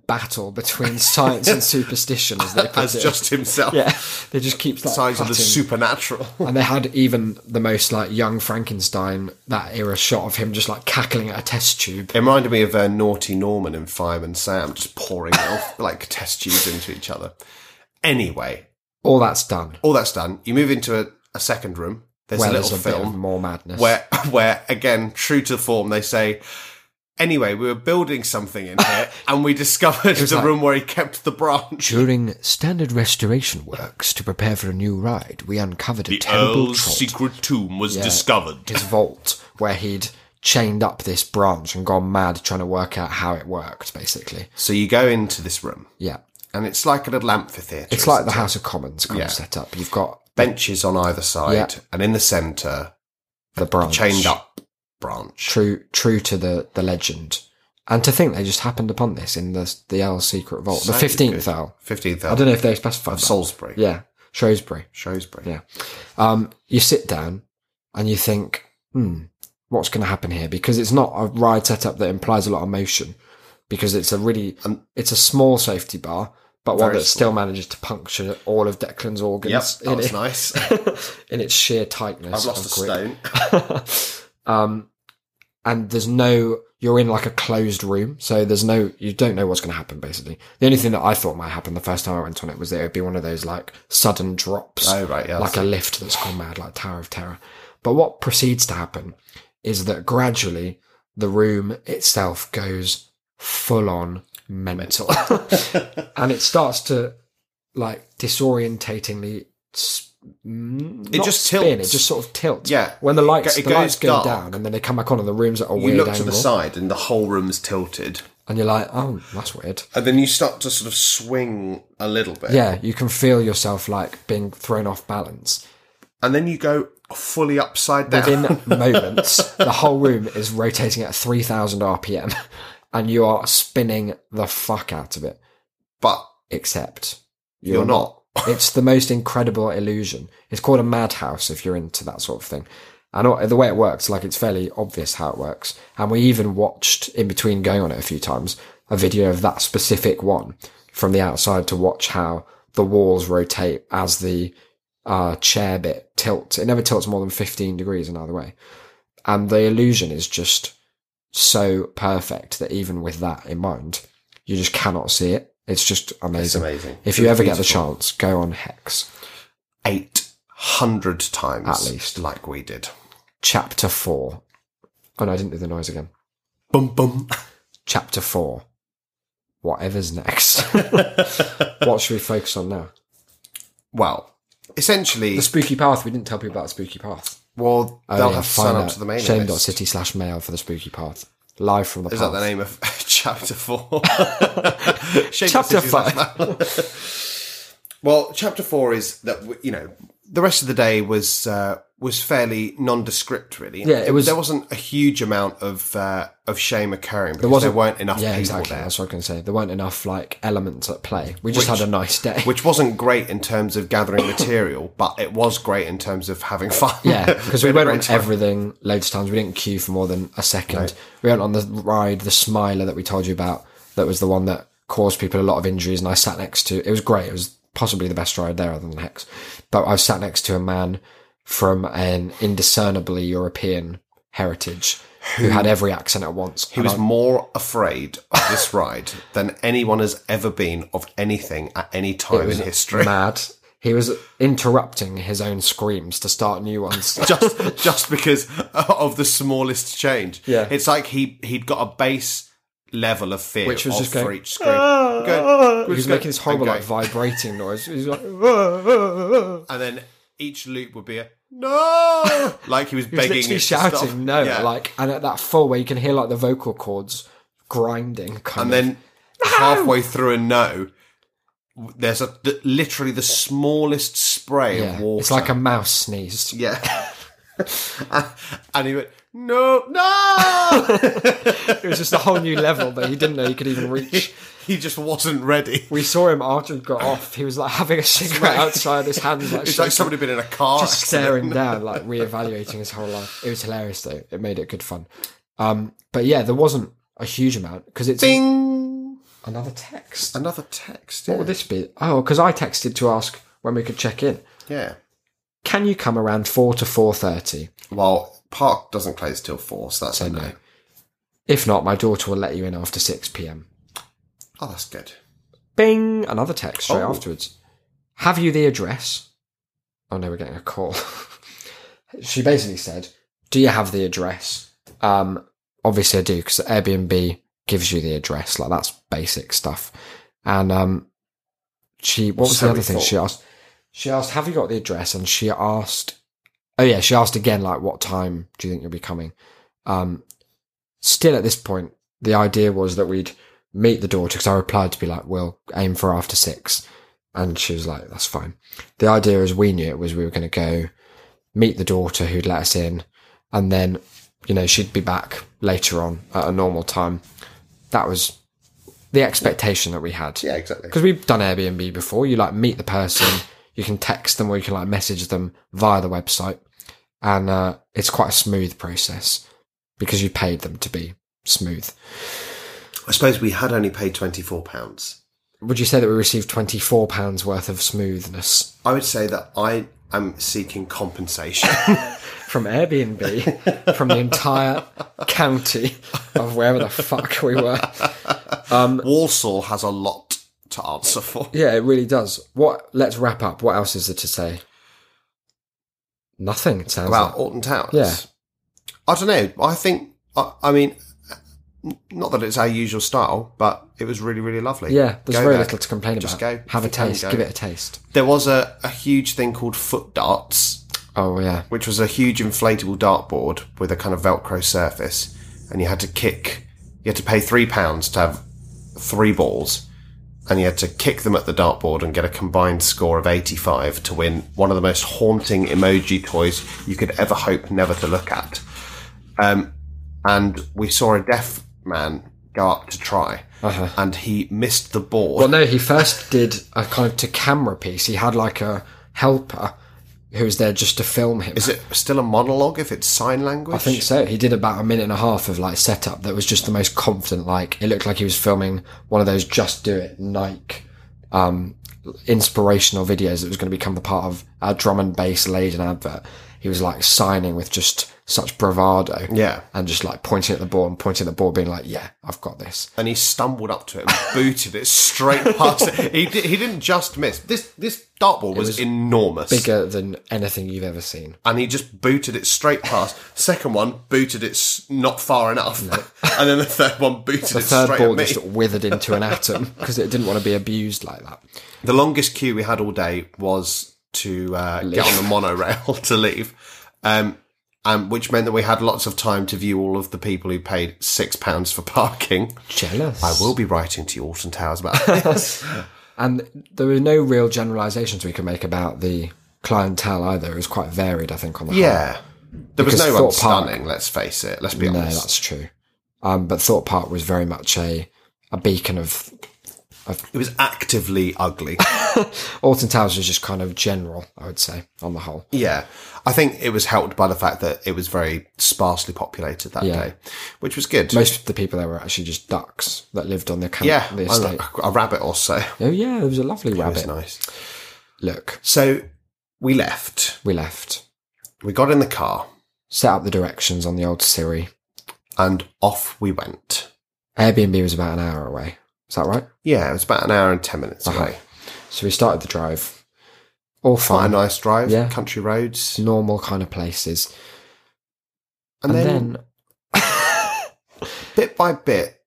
[SPEAKER 3] battle between science and superstition as they put
[SPEAKER 2] as
[SPEAKER 3] it
[SPEAKER 2] just himself.
[SPEAKER 3] yeah they just keep like,
[SPEAKER 2] Signs of the
[SPEAKER 3] cutting.
[SPEAKER 2] supernatural.
[SPEAKER 3] And they had even the most like young Frankenstein that era shot of him just like cackling at a test tube.
[SPEAKER 2] It reminded me of uh, Naughty Norman and Fireman Sam just pouring off like test tubes into each other. Anyway,
[SPEAKER 3] All that's done.
[SPEAKER 2] all that's done. You move into a, a second room. There's
[SPEAKER 3] well,
[SPEAKER 2] a little
[SPEAKER 3] there's a bit of
[SPEAKER 2] film
[SPEAKER 3] more madness.
[SPEAKER 2] where, where again, true to form, they say. Anyway, we were building something in here, and we discovered the
[SPEAKER 3] like-
[SPEAKER 2] room where he kept the branch.
[SPEAKER 3] during standard restoration works to prepare for a new ride, we uncovered a terrible troll.
[SPEAKER 4] tomb was
[SPEAKER 3] Yeah. his vault where he'd chained up this branch and gone mad trying to work out how it worked, basically.
[SPEAKER 2] So you go into this room,
[SPEAKER 3] Yeah.
[SPEAKER 2] and it's like a little amphitheatre.
[SPEAKER 3] It's like the House of Commons kind
[SPEAKER 2] Yeah.
[SPEAKER 3] of setup. You've got
[SPEAKER 2] benches on either side,
[SPEAKER 3] Yeah.
[SPEAKER 2] and in the centre,
[SPEAKER 3] the branch
[SPEAKER 2] chained up branch.
[SPEAKER 3] True true to the, the legend. And to think they just happened upon this in the the Earl's secret vault. the
[SPEAKER 2] So
[SPEAKER 3] fifteenth
[SPEAKER 2] good.
[SPEAKER 3] Earl.
[SPEAKER 2] Fifteenth
[SPEAKER 3] I
[SPEAKER 2] Earl
[SPEAKER 3] don't know if they specified
[SPEAKER 2] of
[SPEAKER 3] that.
[SPEAKER 2] Salisbury,
[SPEAKER 3] Yeah, Shrewsbury.
[SPEAKER 2] Shrewsbury.
[SPEAKER 3] Yeah. Um, you sit down and you think, hmm, what's going to happen here because it's not a ride setup that implies a lot of motion because it's a really um, it's a small safety bar but one
[SPEAKER 2] Very
[SPEAKER 3] that still manages to puncture all of Declan's organs
[SPEAKER 2] that was
[SPEAKER 3] in, it-
[SPEAKER 2] nice.
[SPEAKER 3] in its sheer tightness.
[SPEAKER 2] I've lost a
[SPEAKER 3] and grip.
[SPEAKER 2] stone.
[SPEAKER 3] um, and there's no you're in like a closed room so there's no you don't know what's going to happen basically the only thing that i thought might happen the first time i went on it was that it would be one of those like sudden drops
[SPEAKER 2] Oh, right, yeah.
[SPEAKER 3] like a lift that's gone mad like tower of terror but what proceeds to happen is that gradually the room itself goes full on mental and it starts to like disorientatingly s- it
[SPEAKER 2] just
[SPEAKER 3] it
[SPEAKER 2] tilts.
[SPEAKER 3] just sort of tilts
[SPEAKER 2] Yeah.
[SPEAKER 3] when the lights
[SPEAKER 2] It
[SPEAKER 3] the lights
[SPEAKER 2] goes
[SPEAKER 3] go
[SPEAKER 2] dark.
[SPEAKER 3] down and then they come back on and the rooms at a
[SPEAKER 2] You
[SPEAKER 3] weird
[SPEAKER 2] look to
[SPEAKER 3] angle
[SPEAKER 2] the side and the whole room's tilted.
[SPEAKER 3] and you're like oh that's weird
[SPEAKER 2] And then you start to sort of swing a little bit.
[SPEAKER 3] yeah you can feel yourself like being thrown off balance
[SPEAKER 2] And then you go fully upside down.
[SPEAKER 3] within moments the whole room is rotating at 3000 rpm and you are spinning the fuck out of it
[SPEAKER 2] but
[SPEAKER 3] except
[SPEAKER 2] you're, not.
[SPEAKER 3] it's the most incredible illusion. It's called a madhouse if you're into that sort of thing. And all- the way it works, like it's fairly obvious how it works. And we even watched in between going on it a few times a video of that specific one from the outside to watch how the walls rotate as the uh, chair bit tilts. It never tilts more than 15 degrees another way. And the illusion is just so perfect that even with that in mind, you just cannot see it. It's just amazing.
[SPEAKER 2] It's amazing.
[SPEAKER 3] If you ever get the chance, go on Hex.
[SPEAKER 2] 800 times.
[SPEAKER 3] At least.
[SPEAKER 2] Like we did.
[SPEAKER 3] Chapter 4. Oh, no, I didn't do the noise again.
[SPEAKER 4] Bum bum.
[SPEAKER 3] Chapter 4. Whatever's next. what should we focus on now?
[SPEAKER 2] Well, essentially,
[SPEAKER 3] The spooky path. We didn't tell people about the spooky path.
[SPEAKER 2] well,
[SPEAKER 3] Oh,
[SPEAKER 2] they'll
[SPEAKER 3] yeah,
[SPEAKER 2] have to
[SPEAKER 3] find
[SPEAKER 2] sign up
[SPEAKER 3] out.
[SPEAKER 2] to the mailing
[SPEAKER 3] Shame dot
[SPEAKER 2] list.
[SPEAKER 3] city slash mail for the spooky path. Live from the
[SPEAKER 2] Is that
[SPEAKER 3] path.
[SPEAKER 2] the name of chapter four? Shame
[SPEAKER 3] Chapter
[SPEAKER 2] this is not my- well, chapter four is that w- you know the rest of the day was uh, was fairly nondescript, really.
[SPEAKER 3] Yeah, it was-
[SPEAKER 2] There wasn't a huge amount of uh, of shame occurring because there,
[SPEAKER 3] wasn't-
[SPEAKER 2] weren't enough
[SPEAKER 3] Yeah,
[SPEAKER 2] people
[SPEAKER 3] exactly.
[SPEAKER 2] there,
[SPEAKER 3] That's what I was going to say. There weren't enough like elements at play. We just had a nice day.
[SPEAKER 2] which wasn't great in terms of gathering material, but it was great in terms of having fun.
[SPEAKER 3] Yeah, because we,
[SPEAKER 2] had a
[SPEAKER 3] went on
[SPEAKER 2] great time.
[SPEAKER 3] everything loads of times. We didn't queue for more than a second. We went on the ride, the Smiler that we told you about, that was the one that caused people a lot of injuries. And I sat next to it was great. It was possibly the best ride there, other than Hex. But I sat next to a man from an indiscernibly European heritage who, had every accent at once.
[SPEAKER 2] He was more afraid of this ride than anyone has ever been of anything at any time in history.
[SPEAKER 3] mad. He was interrupting his own screams to start new ones.
[SPEAKER 2] just just because of the smallest change.
[SPEAKER 3] Yeah.
[SPEAKER 2] it's like he he'd got a base level of fear,
[SPEAKER 3] Which was
[SPEAKER 2] of-
[SPEAKER 3] just
[SPEAKER 2] for
[SPEAKER 3] going, "Ah!"
[SPEAKER 2] each screen. Go-
[SPEAKER 3] he was
[SPEAKER 2] just go-
[SPEAKER 3] making this horrible
[SPEAKER 2] and go.
[SPEAKER 3] like vibrating noise. He was like,
[SPEAKER 2] and then each loop would be a no, like he was
[SPEAKER 3] He's
[SPEAKER 2] begging,
[SPEAKER 3] literally
[SPEAKER 2] it to
[SPEAKER 3] shouting
[SPEAKER 2] stop.
[SPEAKER 3] no,
[SPEAKER 2] Yeah.
[SPEAKER 3] like, and at that full where you can hear like the vocal cords grinding, kind
[SPEAKER 2] and
[SPEAKER 3] of.
[SPEAKER 2] then halfway through a no. There's a th- literally the smallest spray of
[SPEAKER 3] yeah,
[SPEAKER 2] water.
[SPEAKER 3] it's like a mouse sneeze.
[SPEAKER 2] yeah, and he went no, no.
[SPEAKER 3] It was just a whole new level that he didn't know he could even reach.
[SPEAKER 2] he just wasn't ready.
[SPEAKER 3] We saw him after he got off. He was like having a cigarette outside his hands, like,
[SPEAKER 2] It's like
[SPEAKER 3] shaking,
[SPEAKER 2] somebody been in a car.
[SPEAKER 3] just
[SPEAKER 2] accident.
[SPEAKER 3] staring down, like reevaluating his whole life. It was hilarious though. It made it good fun. Um, but yeah, there wasn't a huge amount because it's
[SPEAKER 2] Ding!
[SPEAKER 3] another text.
[SPEAKER 2] Another text.
[SPEAKER 3] What would this be? Oh, because I texted to ask when we could check in.
[SPEAKER 2] Yeah.
[SPEAKER 3] Can you come around four to four thirty?
[SPEAKER 2] Well, park doesn't close till four, so that's a no.
[SPEAKER 3] no. If not, my daughter will let you in after 6 p.m.
[SPEAKER 2] Oh, that's good.
[SPEAKER 3] Bing! Another text straight
[SPEAKER 2] Oh.
[SPEAKER 3] afterwards. Have you the address? Oh no, we're getting a call. she basically said, Do you have the address? Um, obviously, I do because Airbnb gives you the address. Like, that's basic stuff. And um, she, what was
[SPEAKER 2] So
[SPEAKER 3] the other
[SPEAKER 2] we
[SPEAKER 3] thing
[SPEAKER 2] thought.
[SPEAKER 3] she asked? She asked, Have you got the address? And she asked, Oh yeah, she asked again, like, What time do you think you'll be coming? Um, still at this point, the idea was that we'd meet the daughter because I replied to be like, we'll aim for after six. And she was like, that's fine. The idea as we knew it was we were going to go meet the daughter who'd let us in. And then, you know, she'd be back later on at a normal time. That was the expectation that we had.
[SPEAKER 2] Yeah, exactly.
[SPEAKER 3] Because we've done Airbnb before. You like meet the person, you can text them or you can like message them via the website. And uh, it's quite a smooth process. because you paid them to be smooth.
[SPEAKER 2] I suppose we had only paid £24.
[SPEAKER 3] Would you say that we received £24 worth of smoothness
[SPEAKER 2] I would say that I am seeking compensation.
[SPEAKER 3] from Airbnb, from the entire county of wherever the fuck we were?
[SPEAKER 2] Um, Walsall has a lot to answer for.
[SPEAKER 3] Yeah, it really does. What? Let's wrap up. What else is there to say? Nothing. It sounds
[SPEAKER 2] About
[SPEAKER 3] like.
[SPEAKER 2] Alton Towers?
[SPEAKER 3] Yeah.
[SPEAKER 2] I don't know. I think, I, I mean, not that it's our usual style, but it was really, really lovely.
[SPEAKER 3] Yeah, there's
[SPEAKER 2] Go
[SPEAKER 3] very
[SPEAKER 2] there.
[SPEAKER 3] little to complain about.
[SPEAKER 2] Just go.
[SPEAKER 3] Have a
[SPEAKER 2] If you can,
[SPEAKER 3] taste.
[SPEAKER 2] go.
[SPEAKER 3] Give it a taste.
[SPEAKER 2] There was a, a huge thing called foot darts,
[SPEAKER 3] Oh yeah.
[SPEAKER 2] which was a huge inflatable dartboard with a kind of Velcro surface, and you had to kick. You had to pay three pounds to have three balls, and you had to kick them at the dartboard and get a combined score of eighty-five to win one of the most haunting emoji toys you could ever hope never to look at. Um, and we saw a deaf man go up to try, and he missed the board.
[SPEAKER 3] Uh-huh. Well, no, he first did a kind of to camera piece. He had like a helper who was there just to film him.
[SPEAKER 2] Is it still a monologue if it's sign language?
[SPEAKER 3] I think so. He did about a minute and a half of like setup that was just the most confident. Like it looked like he was filming one of those "Just Do It" Nike um, inspirational videos that was going to become the part of our drum and bass laden advert. He was like signing with just such bravado,
[SPEAKER 2] Yeah.
[SPEAKER 3] and just like pointing at the ball and pointing at the ball, being like, "Yeah, I've got this."
[SPEAKER 2] and he stumbled up to it and booted it straight past it. He, di- he didn't just miss. This this dartball was, enormous.
[SPEAKER 3] Bigger than anything you've ever seen.
[SPEAKER 2] And he just booted it straight past. Second one, booted it s- not far enough. and then the third one, booted it
[SPEAKER 3] Third
[SPEAKER 2] straight
[SPEAKER 3] ball
[SPEAKER 2] at me.
[SPEAKER 3] just withered into an atom because it didn't want to be abused like that.
[SPEAKER 2] The longest queue we had all day was to uh, get on the monorail to leave, um, um, which meant that we had lots of time to view all of the people who paid £6 for parking.
[SPEAKER 3] Jealous.
[SPEAKER 2] I will be writing to you, Alton Towers, about this.
[SPEAKER 3] And there were no real generalizations we could make about the clientele either. It was quite varied, I think, on the whole.
[SPEAKER 2] Yeah. There was
[SPEAKER 3] Because
[SPEAKER 2] no one
[SPEAKER 3] Thorpe Park-
[SPEAKER 2] stunning, let's face it. Let's be
[SPEAKER 3] No,
[SPEAKER 2] honest.
[SPEAKER 3] that's true. Um, but Thought Park was very much a a beacon of
[SPEAKER 2] It was actively ugly.
[SPEAKER 3] Alton Towers was just kind of general, I would say, on the whole.
[SPEAKER 2] yeah. I think it was helped by the fact that it was very sparsely populated that
[SPEAKER 3] Yeah.
[SPEAKER 2] day, which was good.
[SPEAKER 3] Most of the people there were actually just ducks that lived on the camp,
[SPEAKER 2] yeah. I
[SPEAKER 3] the
[SPEAKER 2] don't
[SPEAKER 3] estate.
[SPEAKER 2] know, a rabbit or so. It
[SPEAKER 3] Oh yeah, it was a lovely
[SPEAKER 2] was
[SPEAKER 3] rabbit.
[SPEAKER 2] nice.
[SPEAKER 3] Look,
[SPEAKER 2] So we left.
[SPEAKER 3] we left,
[SPEAKER 2] We got in the car
[SPEAKER 3] set up the directions on the old Siri.
[SPEAKER 2] and off we went.
[SPEAKER 3] Airbnb was about an hour away. Is that right?
[SPEAKER 2] Yeah, it was about an hour and 10 minutes
[SPEAKER 3] Uh-huh.
[SPEAKER 2] away.
[SPEAKER 3] So we started the drive. All
[SPEAKER 2] Quite a
[SPEAKER 3] fine,
[SPEAKER 2] nice drive,
[SPEAKER 3] Yeah.
[SPEAKER 2] country roads.
[SPEAKER 3] normal kind of places.
[SPEAKER 2] And,
[SPEAKER 3] and
[SPEAKER 2] then,
[SPEAKER 3] then
[SPEAKER 2] bit by bit,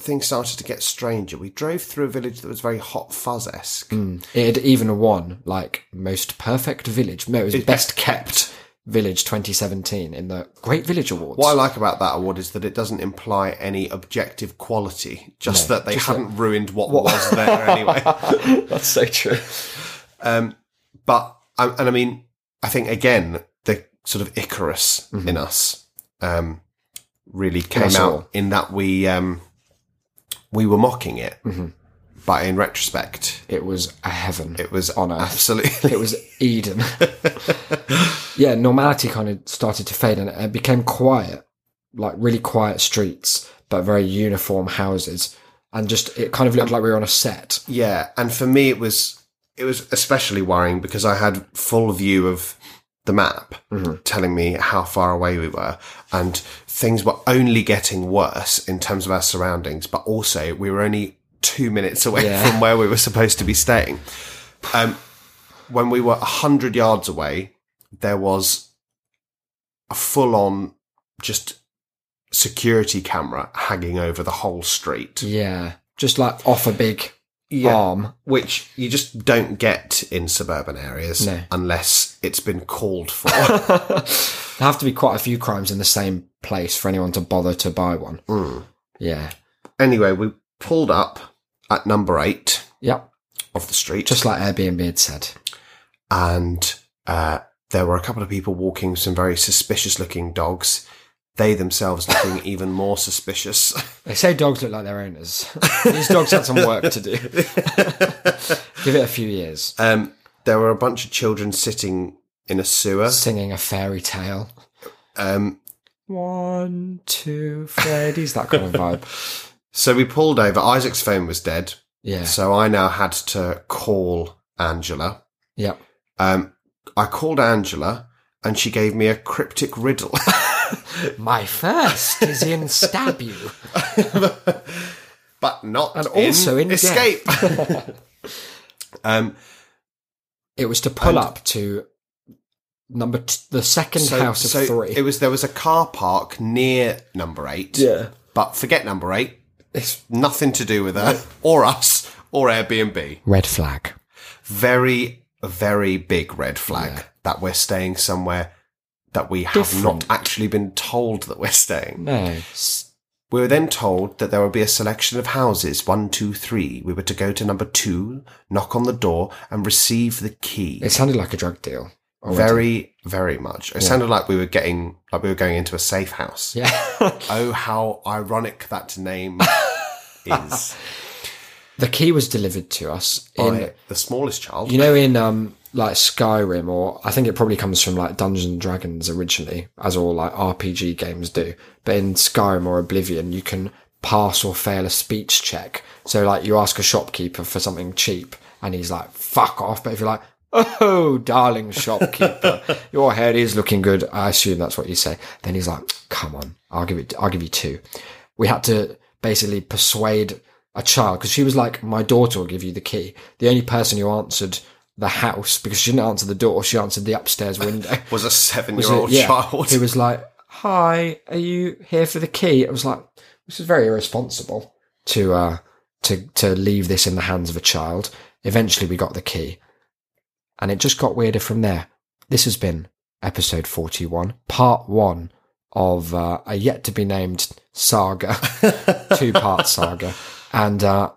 [SPEAKER 2] things started to get stranger. We drove through a village that was very hot fuzz esque.
[SPEAKER 3] It had even won like most perfect village. No, it was best kept village 2017 in the Great Village Awards.
[SPEAKER 2] What I like about that award is that it doesn't imply any objective quality, just that they hadn't ruined what, was there anyway.
[SPEAKER 3] That's so true.
[SPEAKER 2] But, I- and I mean, I think again, the sort of Icarus in us um, really came
[SPEAKER 3] Mm-hmm. us
[SPEAKER 2] out
[SPEAKER 3] all.
[SPEAKER 2] in that we um, we were mocking it.
[SPEAKER 3] Mm-hmm.
[SPEAKER 2] But in retrospect,
[SPEAKER 3] It was a heaven.
[SPEAKER 2] it was
[SPEAKER 3] on earth.
[SPEAKER 2] absolutely.
[SPEAKER 3] It was Eden. yeah, normality kind of started to fade and it became quiet, like really quiet streets, but very uniform houses. And just, it kind of looked like we were on a set.
[SPEAKER 2] Yeah, and for me it was it was especially worrying because I had full view of the map telling me how far away we were and things were only getting worse in terms of our surroundings, but also we were only 2 minutes away
[SPEAKER 3] Yeah.
[SPEAKER 2] from where we were supposed to be staying. Um when we were 100 yards away, there was a full on just security camera hanging over the whole street
[SPEAKER 3] Yeah. Just like off a big arm.
[SPEAKER 2] which you just don't get in suburban areas
[SPEAKER 3] No.
[SPEAKER 2] unless it's been called for.
[SPEAKER 3] There have to be quite a few crimes in the same place for anyone to bother to buy one. Yeah.
[SPEAKER 2] Hmm. anyway, we pulled up at number eight
[SPEAKER 3] Yep.
[SPEAKER 2] of the street,
[SPEAKER 3] Just like Airbnb had said.
[SPEAKER 2] and uh, there were a couple of people walking some very suspicious-looking dogs. They themselves looking even more suspicious.
[SPEAKER 3] They say dogs look like their owners. These dogs had some work to do. Give it a few years.
[SPEAKER 2] Um, there were a bunch of children sitting in a sewer.
[SPEAKER 3] Singing a fairy tale.
[SPEAKER 2] Um,
[SPEAKER 3] One, two, Freddy's that kind of vibe.
[SPEAKER 2] So we pulled over. Isaac's phone was dead.
[SPEAKER 3] Yeah.
[SPEAKER 2] So I now had to call Angela.
[SPEAKER 3] yeah.
[SPEAKER 2] Um, I called Angela and she gave me a cryptic riddle.
[SPEAKER 3] My first is in stab you.
[SPEAKER 2] but not
[SPEAKER 3] And also in death.
[SPEAKER 2] escape. um,
[SPEAKER 3] It was to pull up to number t- the second
[SPEAKER 2] so,
[SPEAKER 3] house of
[SPEAKER 2] so
[SPEAKER 3] three.
[SPEAKER 2] it was there was a car park near number eight.
[SPEAKER 3] Yeah.
[SPEAKER 2] But forget number eight.
[SPEAKER 3] It's-
[SPEAKER 2] Nothing to do with her or us or Airbnb.
[SPEAKER 3] Red flag.
[SPEAKER 2] Very, very big red flag that we're staying somewhere that we have
[SPEAKER 3] Different.
[SPEAKER 2] not actually been told that we're staying.
[SPEAKER 3] No.
[SPEAKER 2] We were then told that there would be a selection of houses, one, two, three. We were to go to number two, knock on the door, and receive the key.
[SPEAKER 3] It sounded like a drug deal. already.
[SPEAKER 2] very, very much. It sounded like we were getting, like we were going into a safe house.
[SPEAKER 3] Yeah.
[SPEAKER 2] Oh, how ironic that name is
[SPEAKER 3] the key was delivered to us in
[SPEAKER 2] by the smallest child.
[SPEAKER 3] you know in um like Skyrim or I think it probably comes from like Dungeons and Dragons originally, as all like RPG games do. But in Skyrim or Oblivion you can pass or fail a speech check. So like you ask a shopkeeper for something cheap and he's like, fuck off. But if you're like, Oh, darling shopkeeper, your head is looking good. I assume that's what you say. Then he's like, "Come on, I'll give it. I'll give you two. We had to basically persuade a child because she was like, "My daughter will give you the key." The only person who answered the house because she didn't answer the door, she answered the upstairs window.
[SPEAKER 2] was a
[SPEAKER 3] So,
[SPEAKER 2] seven-year-old
[SPEAKER 3] yeah,
[SPEAKER 2] child.
[SPEAKER 3] who was like, "Hi, are you here for the key?" It was like, "This is very irresponsible to uh to to leave this in the hands of a child." Eventually, we got the key, and it just got weirder from there. This has been episode forty-one, part one of uh, a yet to be named saga, two-part saga, and uh,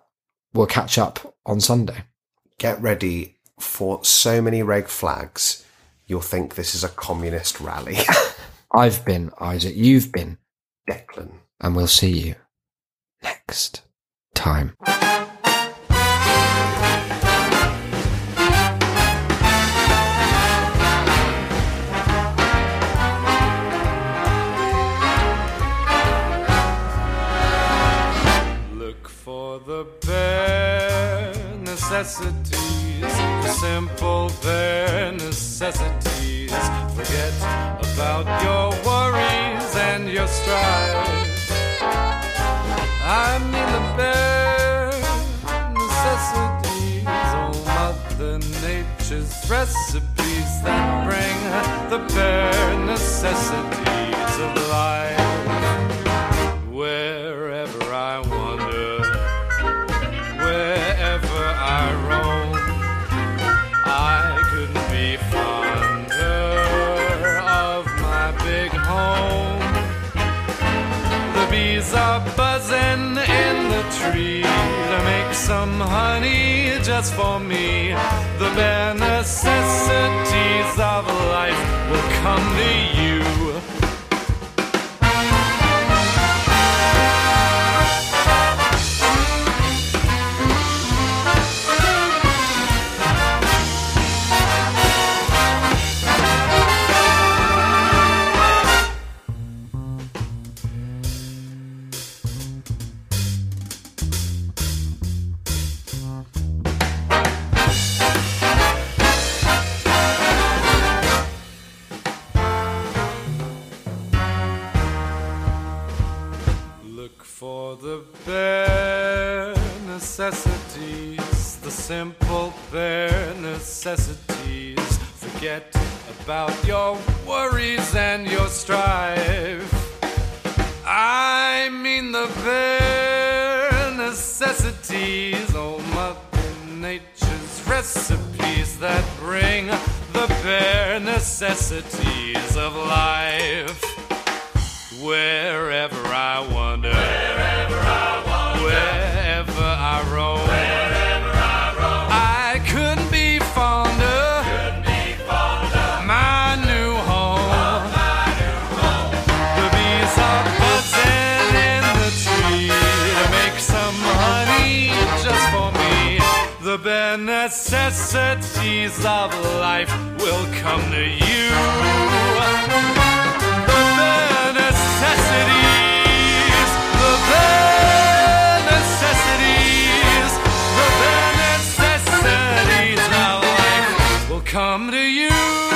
[SPEAKER 3] we'll catch up on Sunday.
[SPEAKER 2] Get ready for so many red flags. You'll think this is a communist rally.
[SPEAKER 3] I've been Isaac. You've been.
[SPEAKER 2] Declan.
[SPEAKER 3] and we'll see you next time.
[SPEAKER 1] Look for the bare necessities, the simple bare necessities. Forget about your worries and your strife. I mean the bare necessities, oh Mother Nature's recipes that bring the bare necessities of life. Wherever I wander, wherever I roam, I couldn't be fonder of my big home. The bees are buzzing in the tree to make some honey just for me. The bare necessities of life will come to you. Look for the bare necessities, the simple bare necessities. Forget about your worries and your strife. I mean the bare necessities, oh Mother Nature's recipes that bring the bare necessities of life. Wherever I wander, wherever I wander, wherever I roam, wherever I roam, I couldn't be fonder, couldn't be fonder, my new home. The bees are buzzing in the tree to make some honey just for me. The bare necessities of life will come to you. The bare necessities come to you.